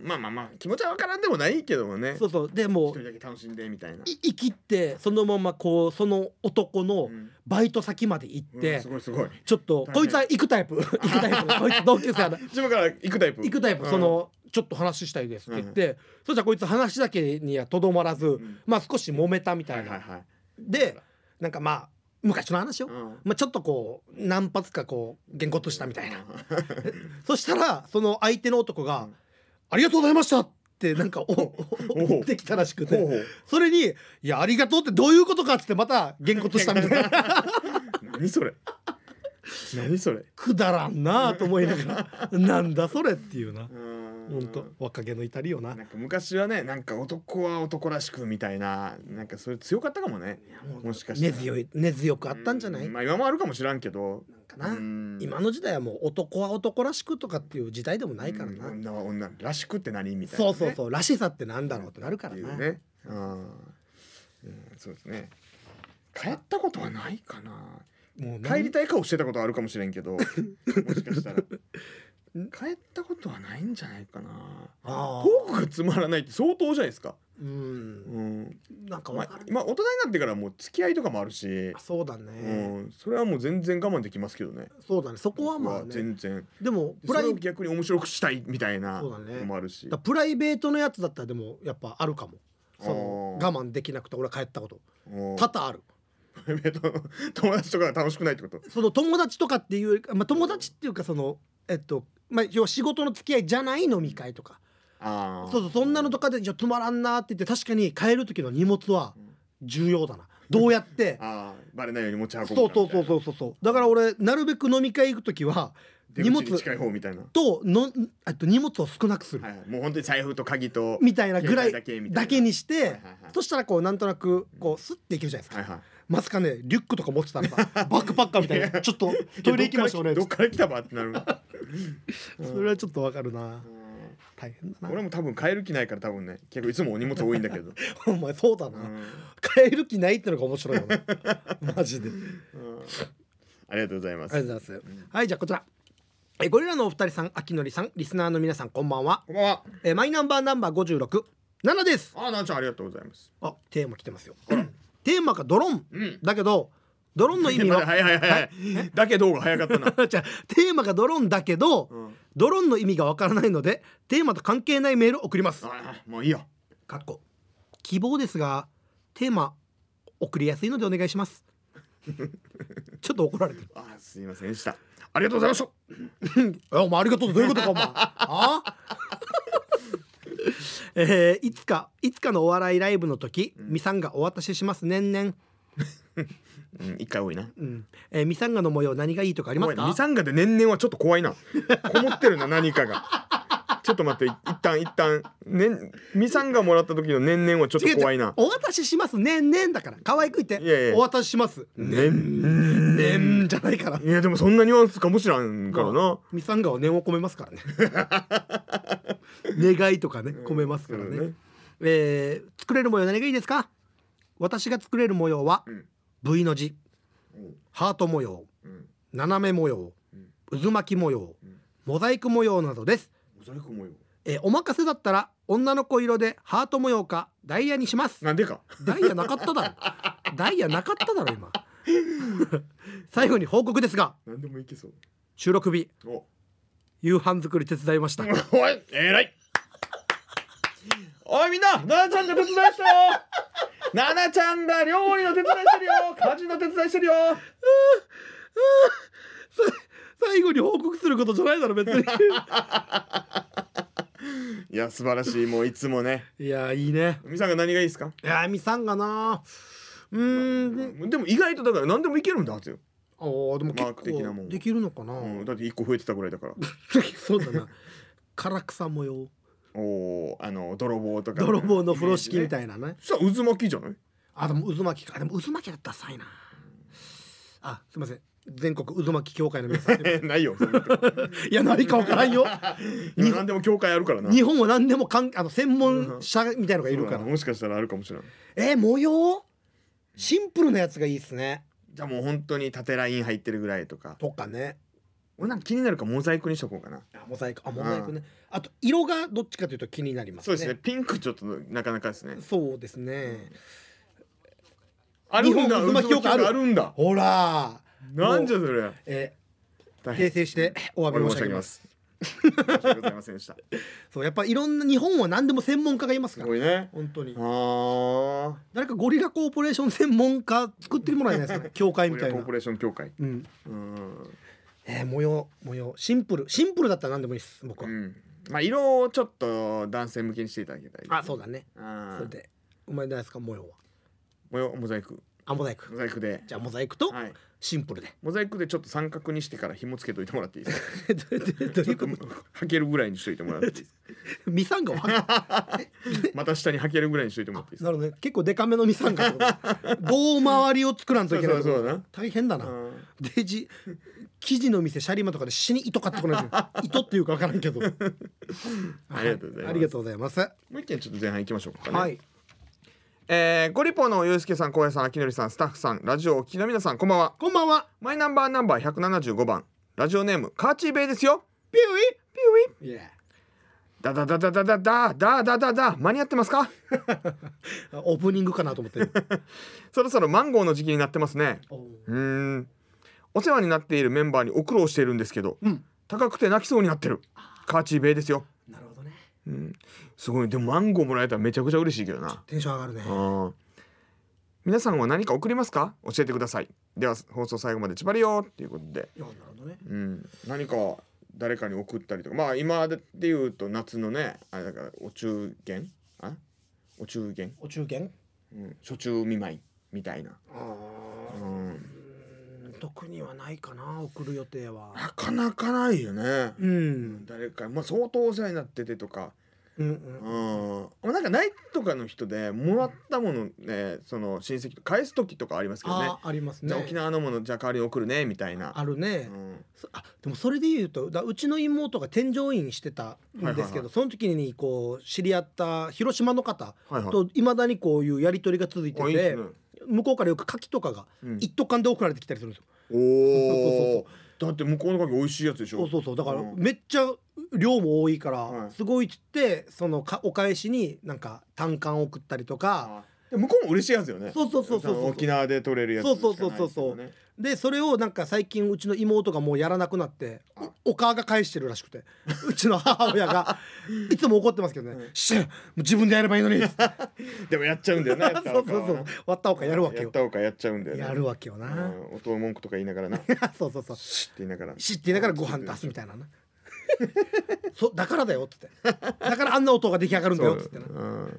S2: ーまあまあまあ気持ちはわからんでもないけどもね
S1: そうそうでも
S2: 一
S1: う
S2: 人だけ楽しんでみたいな。
S1: い生きてそのままこうその男の
S2: うん
S1: バイト先まで行っ
S2: うん
S1: て
S2: す、ごいすごい。
S1: ちょっと
S2: 大変
S1: こいつは行くタイ
S2: [laughs]
S1: プ行くタイプこいつ同級生やな
S2: 自分から行くタイプ。
S1: 行くタイプ
S2: うん
S1: そ。のちょっと話したいですって言って、そしたらこいつ話だけにはとどまらず、
S2: ん
S1: まあ少し揉めたみた
S2: はいい
S1: な、
S2: はいはい。
S1: でなんかまあ昔の話よ、
S2: うん
S1: まあ、ちょっとこう何発かこうげんこつしたみたいな、そしたらその相手の男が「
S2: うん
S1: ありがとうございました」ってなんかお
S2: お
S1: おってきたらしく
S2: ほう
S1: て
S2: ほう。
S1: それに「いやありがとうってどういうことか」っつってまたげんこつしたみたいな
S2: [laughs] 何それ。何それ。
S1: くだらんなあと思いながらなんだそれっていうな
S2: ほ
S1: 本当若気の至りよな
S2: なんか昔はね、なんか男は男らしくみたいな、なんかそれ強かったかもね。もしかした
S1: 根
S2: ら。
S1: 強い根強くあったんじゃな
S2: う
S1: い
S2: まあ今もあるかもしらんけど。
S1: かな
S2: うん
S1: 今の時代はもう男は男らしくとかっていう時代でもないから
S2: う
S1: なん
S2: 女は女らしくって何みたいな
S1: そ
S2: ね。
S1: うそうそうらしさってなんだろうってなるか
S2: っ
S1: ら
S2: てい
S1: な
S2: うね。あーうん、そうですね。帰ったことはないかな。
S1: もう
S2: 帰り
S1: 何
S2: たい顔してたことはあるかもしれん
S1: [laughs]
S2: けど、もしかしたら。帰ったことはないんじゃないかな。
S1: あ
S2: ト
S1: あ
S2: ークがつまらないって相当じゃないですか。
S1: うん
S2: うん。
S1: なんか
S2: ま
S1: わ
S2: あ
S1: かる
S2: 今大人になってからもう付き合いとかもあるし、
S1: そうだ
S2: う
S1: ね
S2: ん、それはもう全然我慢できますけどね。
S1: そうだねそこはまあ
S2: 僕
S1: ね
S2: 全然。
S1: でもプ
S2: そ
S1: ラ
S2: れ
S1: イ
S2: を逆に面白くしたいみたいな
S1: そうだね
S2: のもあるし
S1: だ。プライベートのやつだったらでもやっぱあるかもその
S2: あー
S1: 我慢できなくて俺は帰ったこと
S2: うん
S1: 多々ある
S2: プライベートの [laughs] 友達とかが楽しくないってこと。
S1: その友達とかっていうよりかまあ、友達っていうかそのえっとまあ要は仕事の付き合いじゃない飲み会とか
S2: ああ。
S1: そうそうそんなのとかで「じゃ止まらんな」って言って確かに帰る時の荷物は重要だなどうやって
S2: [laughs] ああバレないように持ち運ぶ
S1: そうそうそうそうそうそうだから俺なるべく飲み会行く時は荷
S2: 荷
S1: 物
S2: 物に近い方みたいな、
S1: とのあと荷物を少なくする、
S2: はいはい、もう本当に財布と鍵と
S1: みたいなぐらい
S2: 携帯だけみたいな
S1: だけにして、
S2: いはいはい
S1: そしたらこうなんとなくこうスッていけるじゃないですか、
S2: はいはい
S1: まさかねリュックとか持ってた [laughs] らさバックパッカーみたいなちょっとトイレ行きましょうね
S2: どっから来たばってなる
S1: それはちょっとわかるな大変だな
S2: 俺も多分帰る気ないから多分ね結構いつもお荷物多いんだ
S1: [laughs]
S2: けど、
S1: お前そうだな、
S2: うん
S1: 帰る気ないってのが面白いよ [laughs] なマジで
S2: うんありがとうございます
S1: ありがとうございます。はい、じゃあこちら。えゴリラのお二人さん、秋のりさん、リスナーの皆さん、こんばんは。
S2: こんばんは
S1: えマイナンバーナンバー五十六七です。
S2: あーなおちゃんありがとうございます
S1: [coughs] あ、テーマ来てますよ。テーマがドローン、だけどドロンの意味
S2: ま
S1: は
S2: だはいはいはいはい [laughs] だけどが早かった
S1: [laughs]
S2: な
S1: じゃあテーマがドロンだけど、
S2: うん
S1: ドロンの意味がわからないのでテーマと関係ないメール送ります
S2: あもういいよ
S1: かっこ希望ですがテーマ送りやすいのでお願いし [laughs] ますちょっと怒られてる
S2: あすいませんでしたありがとうございました
S1: えお前ありがとうってどういうことかお前あ [laughs] えーいつかいつかのお笑いライブの時、ミサンガお渡しします年々、
S2: うん一回多いな
S1: うんえーミサンガの模様何がいいとかありま
S2: 怖
S1: す
S2: いな
S1: か
S2: 二三がで年々はちょっと怖いなこもってるな何かがちょっと待って一旦一旦年二三がもらった時の年々はちょっ
S1: 違う違
S2: と
S1: う
S2: 怖いな
S1: お渡しします年々だから可愛く言って
S2: いやいや
S1: お渡しします
S2: 年
S1: 年々じゃないから
S2: いやでもそんなニュアンスかもしらんからな
S1: ミサンガは念を込めますからね [laughs] 願いとかね込めますからね,、
S2: うんね
S1: えー作れる模様何がいいですか私が作れる模様は
S2: ん
S1: V の字、ハート模様
S2: うん
S1: 斜め模様、渦巻き模様、モザイク模様などです、
S2: モザイク模様
S1: えーお任せだったら女の子色でハート模様かダイヤにします
S2: なんでか
S1: ダイヤなかった
S2: [laughs]
S1: だろダイヤなかっただろ今 [laughs] 最後に報告ですが
S2: なんでもいけそう
S1: 収録日
S2: お
S1: 夕飯作り手伝いました
S2: おいえらいおいみんな奈々ちゃんが手伝いしたよ奈々ちゃんが料理の手伝いしてるよ家事の手伝いしてるよ
S1: 最後に報告することじゃないだろ別に
S2: いや素晴らしいも [laughs] ういつもね
S1: いやーいいね
S2: みさんが何がいいですか
S1: いやーみさんがなうーん
S2: でも意外とだから何でもいけるんだはずよ、
S1: おーでも結
S2: マーク的なも
S1: 構
S2: ん
S1: できるのかな、
S2: うん、だって一個増えてたぐらいだ [laughs] から
S1: そうだな唐草模様
S2: おおあの泥棒とか
S1: 泥棒の風呂敷み
S2: い
S1: たいなね
S2: さ渦巻きじゃない
S1: あでも渦巻きかでも渦巻きだったらダサいなあすいません全国渦巻き協会の皆
S2: [laughs]
S1: さんい
S2: えないよ [laughs]
S1: や何か分からんよ
S2: 今何でも教会あるからな
S1: 日本は何でもかんあの専門者みたいのがいるから、
S2: うんもしかしたらあるかもしれない
S1: えー模様シンプルなやつがいいっすね
S2: じゃあもう本当に縦ライン入ってるぐらいとか
S1: とかね
S2: 俺なんか気になるからモザイクにしとこうかな
S1: あモザイクあモザイクね、あと色がどっちかというと気になります
S2: そう
S1: ね
S2: ですねピンクちょっとなかなかですね
S1: そうですね
S2: あるん
S1: 日
S2: だ
S1: 本渦巻き教会ある
S2: あるんだ
S1: ほら
S2: なんじ
S1: ゃ
S2: ゃそれ
S1: えー
S2: 大
S1: 訂
S2: 変
S1: 正してお詫び申し上げます
S2: 申し訳ございませんでした
S1: そうやっぱいろんな日本は何でも専門家がいます
S2: [laughs] す
S1: から
S2: ごいね
S1: 本当に
S2: ああ
S1: 誰かゴリラコーポレーション専門家作ってもらえないですかね教会みたい
S2: コ
S1: な
S2: ーポレーション協会
S1: うん
S2: うん、
S1: えー模様模様シンプルシンプルだったら何でもいいです僕
S2: う
S1: は、
S2: ん、まあ色をちょっと男性向けにしていただきたい
S1: あそうだね
S2: あ
S1: それでお前ないですか模様は
S2: 模様モザイク
S1: あモザイ
S2: モ
S1: ク
S2: ザイクで
S1: じゃあモザイクと
S2: はい
S1: シンプルで [laughs]
S2: モザイクでちょっと三角にしてから紐つけといてもらっていいですか
S1: どういうどう
S2: ち
S1: い
S2: ょ
S1: う
S2: っ
S1: こと
S2: はけるぐらいにしといてもらっていいですか
S1: とミサンガをは
S2: [laughs] また下にはけるぐらいにしといてもらっていいですか
S1: なるほどね結構デカめのミサンガって
S2: [laughs]
S1: こと棒周りを作らんといけないってこと
S2: そうそうそうだな
S1: 大変だな、
S2: うん
S1: デジ生地の店シャリマとかで死に糸買ってこないと糸
S2: [laughs]
S1: っていうか分からんけどはい
S2: ありがとうございます
S1: ありがとうございます
S2: もう一件ちょっと前半行きましょうかね、
S1: はい
S2: えー、ゴリポーのゆうすけさんこうやさんあきのりさんスタッフさんラジオをお聞きの皆さんこんばんは
S1: こんばんは
S2: マイナンバーナンバー175番ラジオネームカーチーベイですよ
S1: ピュイ
S2: ピュイ
S1: いや
S2: だだだだだだだだだだだ間に合ってますか
S1: オープニングかなと思
S2: [laughs]
S1: ってる
S2: そろそろマンゴーの時期になってますね
S1: おう
S2: うーんお世話になっているメンバーにお苦労しているんですけど、
S1: ん
S2: 高くて泣きそうになってるカーチーベイですよ
S1: なるほどね
S2: すごいでもマンゴーもらえたらめちゃくちゃ嬉しいけどな
S1: テンション上がるね
S2: ああ皆さんは何か送りますか教えてくださいでは放送最後までちばりよっていうことで、
S1: いやなるほどね
S2: うん、何か誰かに送ったりとかまあ今で言うと夏のねあれだからお中元あお中元、
S1: お中元
S2: うん、初中見舞いみたいな、
S1: あー
S2: うん、
S1: 特にはないかな送る予定は
S2: なかなかないよね、
S1: うん
S2: 誰かまあ相当お世話になっててとか
S1: うんう
S2: うん
S1: ん
S2: まあなんかないとかの人でもらったものねその親戚と返す時とかありますけどね
S1: あーあります
S2: じ
S1: ね
S2: ゃあ沖縄のものじゃあ代わりに送るねみたいな
S1: あるね、
S2: うん
S1: そあでもそれで言うとだうちの妹が添乗員してたんですけど、
S2: はいはいはい
S1: その時にこう知り合った広島の方
S2: はいはい
S1: といまだにこういうやり取りが続いて
S2: あいい
S1: て、
S2: っすね
S1: 向こうからよく牡蠣とかが
S2: うん
S1: 一斗缶で送られてきたりするんですよ。
S2: おおだって向こうの牡蠣美味しいやつでしょ
S1: そうそうそうだから
S2: うん
S1: めっちゃ量も多いか
S2: は
S1: ら
S2: い
S1: すごいっつってそのかお返しになんか単管送ったりとか
S2: あで向こうも嬉しいはずよね
S1: そうそうそうそうそう
S2: あの沖縄で取れるやつしかないですからね
S1: そうそうそうそうそうでそれをなんか最近うちの妹がもうやらなくなっておお母が返してるらしくてうちの母親
S2: [laughs]
S1: がいつも怒ってますけどね「しゃもう自分でやればいいのに」
S2: でもやっちゃうんだよな
S1: [laughs]
S2: や
S1: そ
S2: っ
S1: うそう
S2: たほ
S1: そう
S2: か
S1: 割ったほうかやるわけ
S2: やっ
S1: よ
S2: たほかやっちゃうんだよね
S1: やるわけよ
S2: う
S1: な
S2: ん音文句とか言いながらな
S1: [laughs] そうそうそう
S2: シッって言いながら
S1: 知ってながらご飯出すみたいなな [laughs] そうだからだよっつってだからあんな音が出来上がるんだよっつってな
S2: うん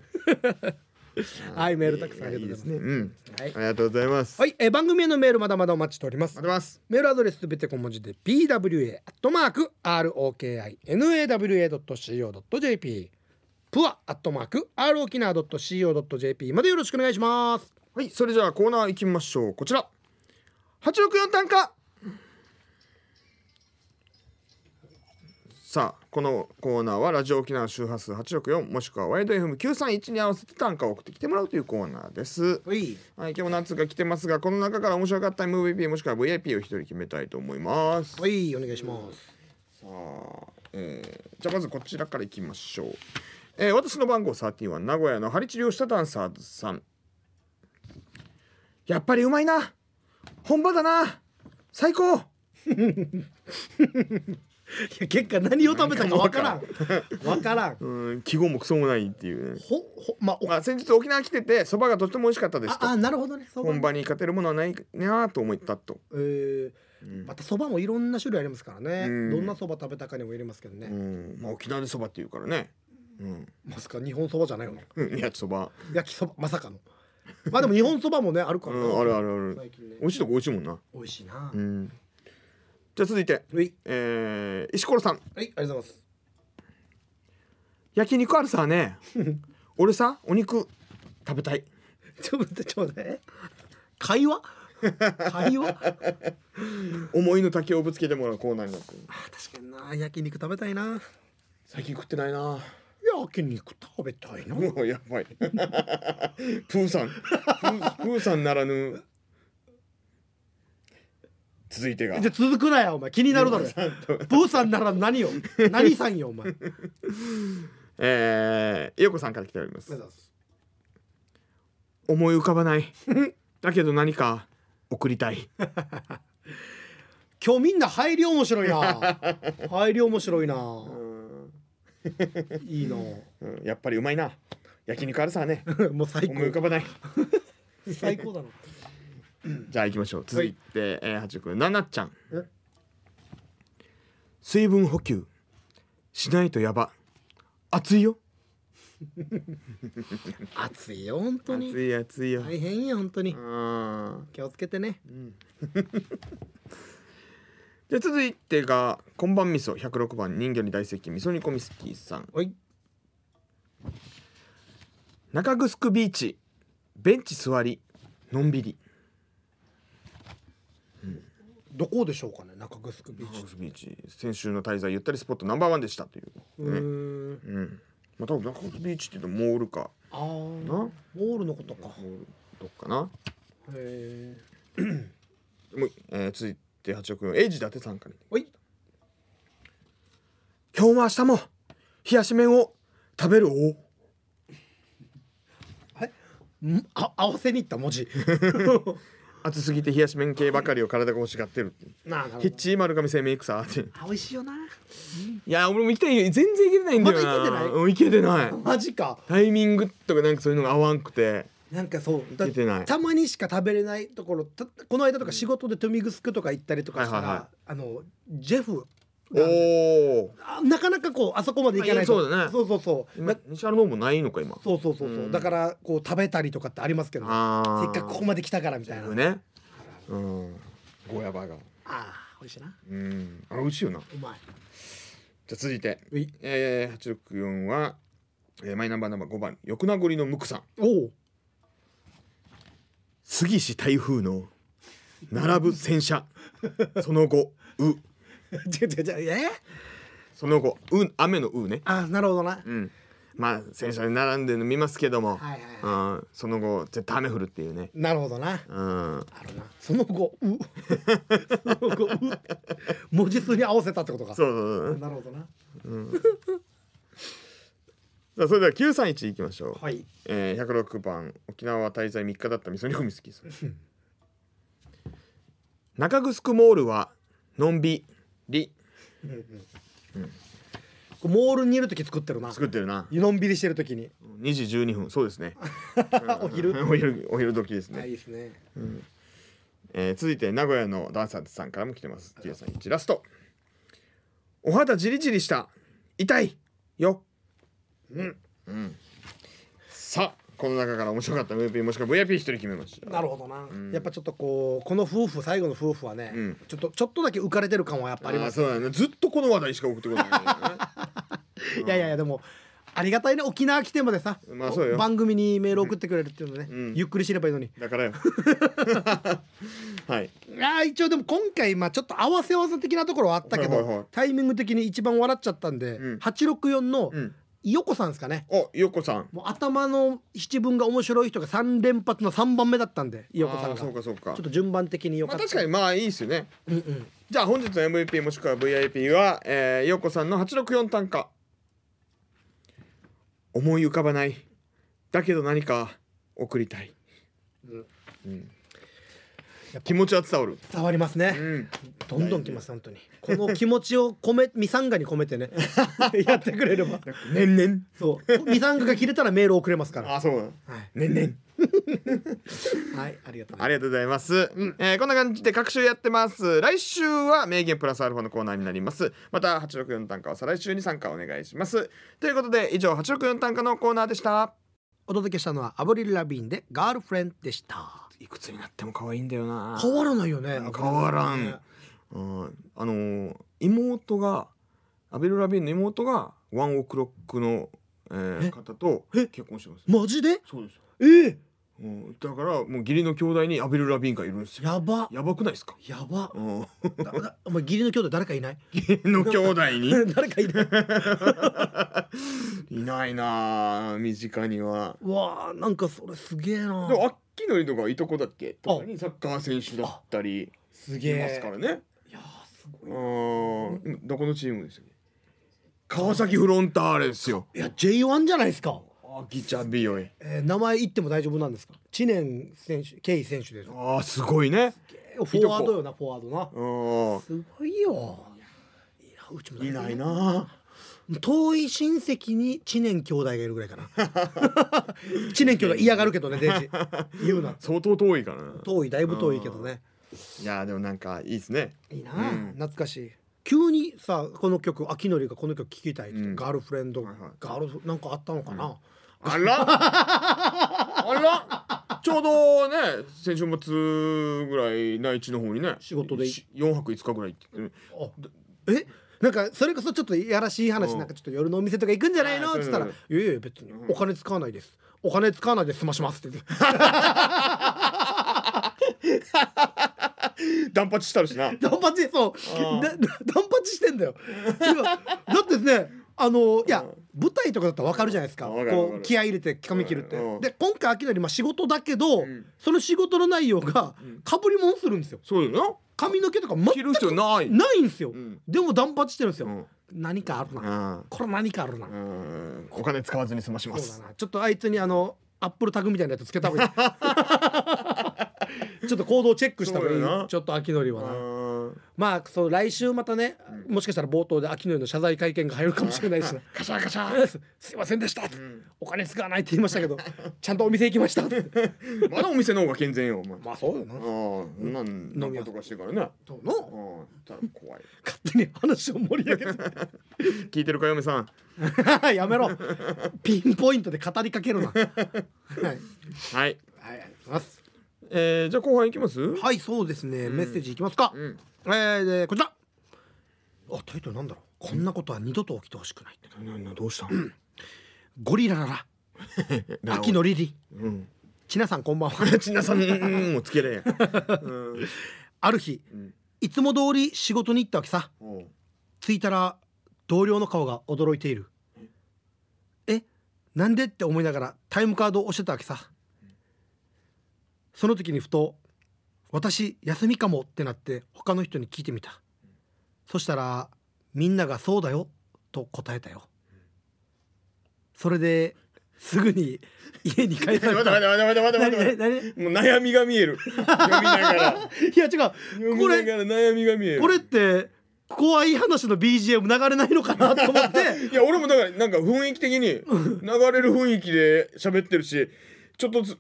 S1: はいメールたくさんありがとうご
S2: いで
S1: ざ
S2: す
S1: います
S2: ねうん
S1: はい
S2: ありがとうございます
S1: はい、えー番組へのメールまだまだお待ちしております
S2: 待ってます
S1: メールアドレスすべて小文字で pwa.rokinawa.co.jp プア .rokina.co.jp までよろしくお願いします
S2: はいそれじゃあコーナー行きましょうこちら八六四単価さあこのコーナーはラジオ沖縄の周波数864もしくはワイド FM931 に合わせて単価を送ってきてもらうというコーナーです。
S1: はい
S2: はい、今日も夏が来てますがこの中から面白かった MVP もしくは VIP を一人決めたいと思います。
S1: はいお願いします
S2: さあ、えーじゃあまずこちらからいきましょう、えー私の番号13は名古屋のハリ治療したダンサーズさんやっぱりうまいな本場だな最高
S1: いや結果何を食べたかわからんわからん
S2: うん記号もクソもないっていうね、
S1: ほほまあお
S2: まあ、先日沖縄来ててそばがとても美味しかったです
S1: あ
S2: と
S1: あなるほどねそば
S2: 本場に勝てるものはないなあと思ったと、
S1: えーまたそばもいろんな種類ありますからね、
S2: うん
S1: どんなそば食べたかにもよりますけど
S2: う
S1: ね、
S2: んまあ、沖縄でそばっていうからねうん
S1: まさか日本そばじゃないよね
S2: うん焼きそば、
S1: 焼きそばまさかのまあでも日本そばもねあるか
S2: う
S1: らね、
S2: ん、あるあるある
S1: 最近ね
S2: 美味しいとこ美味しいもんな、
S1: 美味しいな、
S2: うん、じゃあ続いて
S1: はい
S2: えー、石ころさ
S1: は
S2: ん
S1: いありがとうございます
S2: 焼肉あるさね俺さお肉食べたい
S1: ちょっと待ってちょっと待って会話会 [laughs] 話あ
S2: 思いの丈をぶつけてもらうコーナーになってる
S1: 確かにな焼肉食べたいな
S2: 最近食ってないな
S1: 焼肉食べたいな
S2: もうやばいプーさんプープーさんならぬ続いてが
S1: じゃ続くなよお前気になるだろ
S2: プーさんと
S1: ブーさんなら何 [laughs] よ何さんよお前ありがと
S2: えー、よこさんから来ておりま
S1: うござ
S2: す
S1: います
S2: 思い浮かばないだけど何か送りたい
S1: 今日みんな入り面白いな入り面白いな
S2: うん
S1: い [laughs] いな
S2: やっぱりうまいな焼肉あるさね
S1: もう最
S2: 思い
S1: 高
S2: 浮かばない
S1: 最高だな
S2: じゃあ行きましょう続いて、えー、八君ななっちゃん
S1: え
S2: 水分補給しないとやば暑いよ
S1: 暑いよ本当
S2: 暑
S1: に
S2: い暑いよ、
S1: 大変よ本当に
S2: うん
S1: 気をつけてね
S2: じゃあ続いてが「こんばんみそ」106番人魚に大接近みそ煮込みスキーさん
S1: おい
S2: 中城ビーチベンチ座りのんびり
S1: どこでしょうかね中城ビーチ
S2: 中城ビーチ先週の滞在ゆったりスポットナンバーワンでしたという
S1: う
S2: ね
S1: ーん
S2: うんまあ多分中城ビーチっていうとモールか
S1: ああ
S2: な
S1: モ
S2: モ
S1: ールのことか
S2: ールどっかな
S1: へえ
S2: もう、えー、続いて八億円エイジ伊達さんから
S1: おい
S2: 今日も明日も冷やし麺を食べるお
S1: んあ合わせにいった文 [laughs] 字
S2: 暑すぎて冷やし麺系ばかりを体が欲しがってるって
S1: なあなるほ
S2: ヒッ
S1: ど
S2: チー丸亀製麺行くさってい
S1: あ美味しいよな
S2: や俺も行きたいよ全然行けてないんだよな、
S1: まだ行けてない
S2: うん行けてない
S1: マジか
S2: タイミングとかなんかそういうのが合わんくて
S1: なんかそう
S2: けてない
S1: だたまにしか食べれないところたこの間とか仕事で富城とか行ったりとかしたら、
S2: はいはいはい
S1: あのジェフ
S2: お
S1: が
S2: お
S1: あなかなかこうあそこまで行けないと
S2: まあそうだね
S1: そうそうそうな
S2: 西原の方もないのか今
S1: そうそうそうそう、
S2: うん
S1: だからこう食べたりとかってありますけどせ
S2: ああ
S1: っかくここまで来たからみたいな、
S2: ねうんゴーヤバーガー
S1: ああ美味しいな
S2: うんあれ美味しいよなじ
S1: うまい
S2: ゃあ続いて
S1: うい
S2: えー、864は、えーマイナンバーナンバー5番横殴りのムクさ
S1: [laughs]
S2: ん
S1: おお
S2: 杉市台風の並ぶ戦車その後う
S1: 違う違う違うえ
S2: その後う雨のうね
S1: あなるほどな、
S2: うんまあ戦車に並んでるの見ますけども、
S1: はいはいはい
S2: うん、その後絶対雨降るっていうね
S1: なるほどな
S2: うん
S1: あるなその後うその後
S2: [laughs]
S1: う文字数に合わせたってことか
S2: そうそうそう
S1: なるほどな
S2: さあそれでは931いきましょう、
S1: はい
S2: えー、106番沖縄滞在3日だったみそにふみすきさん中城モールはのんびり
S1: こうモールにいる時作ってるな
S2: 作ってるな
S1: のんびりしてる時に
S2: 2時12分そう
S1: [laughs]
S2: ですね
S1: お昼
S2: [laughs] お昼お昼時ですね、
S1: いいですね
S2: えー続いて名古屋のダンサーさんからも来てます931ラストお肌ジリジリした痛いようん、うん、さあこの中から面白かった MVP もしくは VIP 一人決めました
S1: なるほどな、やっぱちょっとこうこの夫婦最後の夫婦はね、
S2: うん
S1: ちょっとちょっとだけ浮かれてる感はやっぱあります、
S2: あーそうだねずっとこの話題しか送ってこないんだ
S1: [laughs]
S2: よね
S1: いやいやいやでもありがたいね沖縄来てまでさ、
S2: まあそうよ
S1: 番組にメール送ってくれるっていうのね、
S2: うん
S1: ゆっくりすればいいのに
S2: だからよ [laughs] はい
S1: あー一応でも今回まあちょっと合わせ合わせ的なところはあったけど、
S2: はいはいはい
S1: タイミング的に一番笑っちゃったんで、
S2: うん
S1: 864の
S2: うん
S1: いよこさんですかね
S2: およっこさん
S1: もう頭の七分が面白い人が3連発の3番目だったんでいよこさん
S2: あ
S1: が
S2: ーそうかそうか
S1: ちょっと順番的によ
S2: ま
S1: かっ
S2: あ
S1: た、
S2: 確かにまあいいですよね
S1: うんうん
S2: じゃあ本日の MVP もしくは VIP は、えー、よっこさんの864単価思い浮かばないだけど何か送りたい、うん
S1: やっぱ
S2: 気持ちは伝わる、
S1: 伝わりますね、
S2: うん、
S1: どんどん来ます本当にこの気持ちを込めミサンガに込め
S2: [laughs]
S1: てねやってくれれば
S2: 年々
S1: そうミサンガが切れたらメール送れますから
S2: あそうだ
S1: はい、
S2: 年々
S1: [laughs] はい、ありがとうございます
S2: ありがとうございます、えーこんな感じで各週やってます来週は名言プラスアルファのコーナーになりますまた864単価は再来週に参加お願いしますということで以上864単価のコーナーでした
S1: お届けしたのはアブリル・ラビーンで「ガールフレン」でした
S2: いくつになっても可愛いんだよな
S1: 変わらないよね
S2: 変わらん、うん、あのー妹がアベル・ラビーンの妹がワンオクロックの、えー方と結婚してます
S1: マジで
S2: そうですよ、
S1: ええ
S2: うん、だからもう義理の兄弟にアベル・ラビーンがいるんですよ
S1: やば
S2: やばくないですか、
S1: やば
S2: うん、
S1: だだお前義理の兄弟誰かい
S2: [laughs]
S1: ない
S2: 義理の兄弟に
S1: 誰かいない
S2: [laughs] いないなあ身近には。
S1: [laughs] うわあなんかそれすげえな
S2: でもあっきのりとかいとこだっけとかにサッカー選手だったり
S1: す
S2: いますからね。
S1: いやーすご
S2: う
S1: い
S2: ん今どこのチームでしたっけ川崎フロンターレですよ。
S1: いや J1 じゃないですか、
S2: あギチャビヨイ。
S1: えー、名前言っても大丈夫なんですか知念選手ケイ選手でしょ
S2: あーすごいね。
S1: えーフォワードよなフォワードな
S2: うん
S1: すごいよいやうちも
S2: いないなあ。
S1: 遠い親戚に知念兄弟がいるぐらいかな [laughs] 知念兄弟嫌がるけどねデイ
S2: [laughs]
S1: ジ言うな
S2: 相当遠いからな。
S1: 遠いだいぶ遠いけどね
S2: いやーでもなんかいいですね。
S1: いいな、
S2: うん
S1: 懐かしい急にさこの曲秋のりがこの曲聴きたいって、
S2: うん
S1: ガールフレンド、
S2: はいはい
S1: ガールフなんかあったのかな、
S2: あ [laughs] らあらちょうどね先週末ぐらい内地の方にね
S1: 仕事で
S2: 4泊5日ぐらい行って
S1: あえなんかそれこそちょっといやらしい話、
S2: うん
S1: なんかちょっと夜のお店とか行くんじゃないの
S2: あ
S1: っ
S2: ー
S1: つったら「
S2: そ
S1: いうや
S2: そ
S1: いや別にお金使わないですお金使わないで済まします」って言って
S2: ダンパチしたるしな。
S1: 断髪そう
S2: あー
S1: だだ断髪してんだよ今だってねあのいや舞台とかだったら分かるじゃないですか
S2: うんわかるわかる
S1: こう気合い入れて髪切るって
S2: うん
S1: で今回明らかにまあ仕事だけど、
S2: ん
S1: その仕事の内容が
S2: ん
S1: かぶり物するんですよ
S2: そうよな。
S1: 髪の毛とか全
S2: 着
S1: く
S2: る必要 [laughs] ない。
S1: ないんですよ、
S2: ん
S1: でも断髪してるんですよ、
S2: うん
S1: 何かあるな、これ何かあるな、
S2: うん。お金使わずに済ましま
S1: そう
S2: す。
S1: だなちょっとあいつにあのアップルタグみたいなやつつけた方が [laughs] いいちょっと行動チェックした方がい
S2: そうだよ
S1: い
S2: な
S1: ちょっと秋のりはな
S2: うん
S1: まあそう来週またね、もしかしたら冒頭で秋の夜の謝罪会見が入るかもしれないしな [laughs]
S2: カシャカシ
S1: あ
S2: ャ。
S1: すすいませんでした、お金使わないって言いましたけどちゃんとお店行きましたって
S2: まだお店の方が健全よお前。
S1: [laughs] まあそうだよな
S2: ああ、なん、
S1: 屋
S2: 飲みとかしてからね。
S1: どうの
S2: うん、ただ怖い。
S1: 勝手に話を盛り上げ
S2: 聞いてるか、嫁さん。
S1: て [laughs] やめろピンポイントで語りかけるなはいはい
S2: はい。
S1: ありがとうございます
S2: えー、じゃあ、後半いきます。
S1: はいそうですね、メッセージいきますか、
S2: うん。
S1: えーでこちらあタイトルなんだろうこんなことは二度と起きてほしくないって
S2: な、な、どうした。
S1: ゴリラララ秋。のリリ
S2: うん。
S1: ちなさんこんばんは
S2: [laughs] ちなさん、うんもうつけれ。うん。
S1: ある日
S2: うん
S1: いつも通り仕事に行ったわけさ
S2: おう
S1: 着いたら同僚の顔が驚いているえなんでって思いながらタイムカードを押してたわけさその時にふと「私休みかも」ってなって他の人に聞いてみたそしたらみんなが「そうだよ」と答えたよそれですぐに家に帰さ
S2: 待
S1: れ
S2: って
S1: た
S2: 待って待って待って待
S1: 何
S2: って待
S1: 何
S2: って
S1: 何
S2: もう悩みが見える読みながら
S1: いや違
S2: 読
S1: う
S2: み
S1: こ
S2: な
S1: れ
S2: がら悩みが見える
S1: これって怖い話の BGM 流れないのかなと思って
S2: [laughs] いや俺もだからなんか雰囲気的に流れる雰囲気で喋ってるしちょっとずん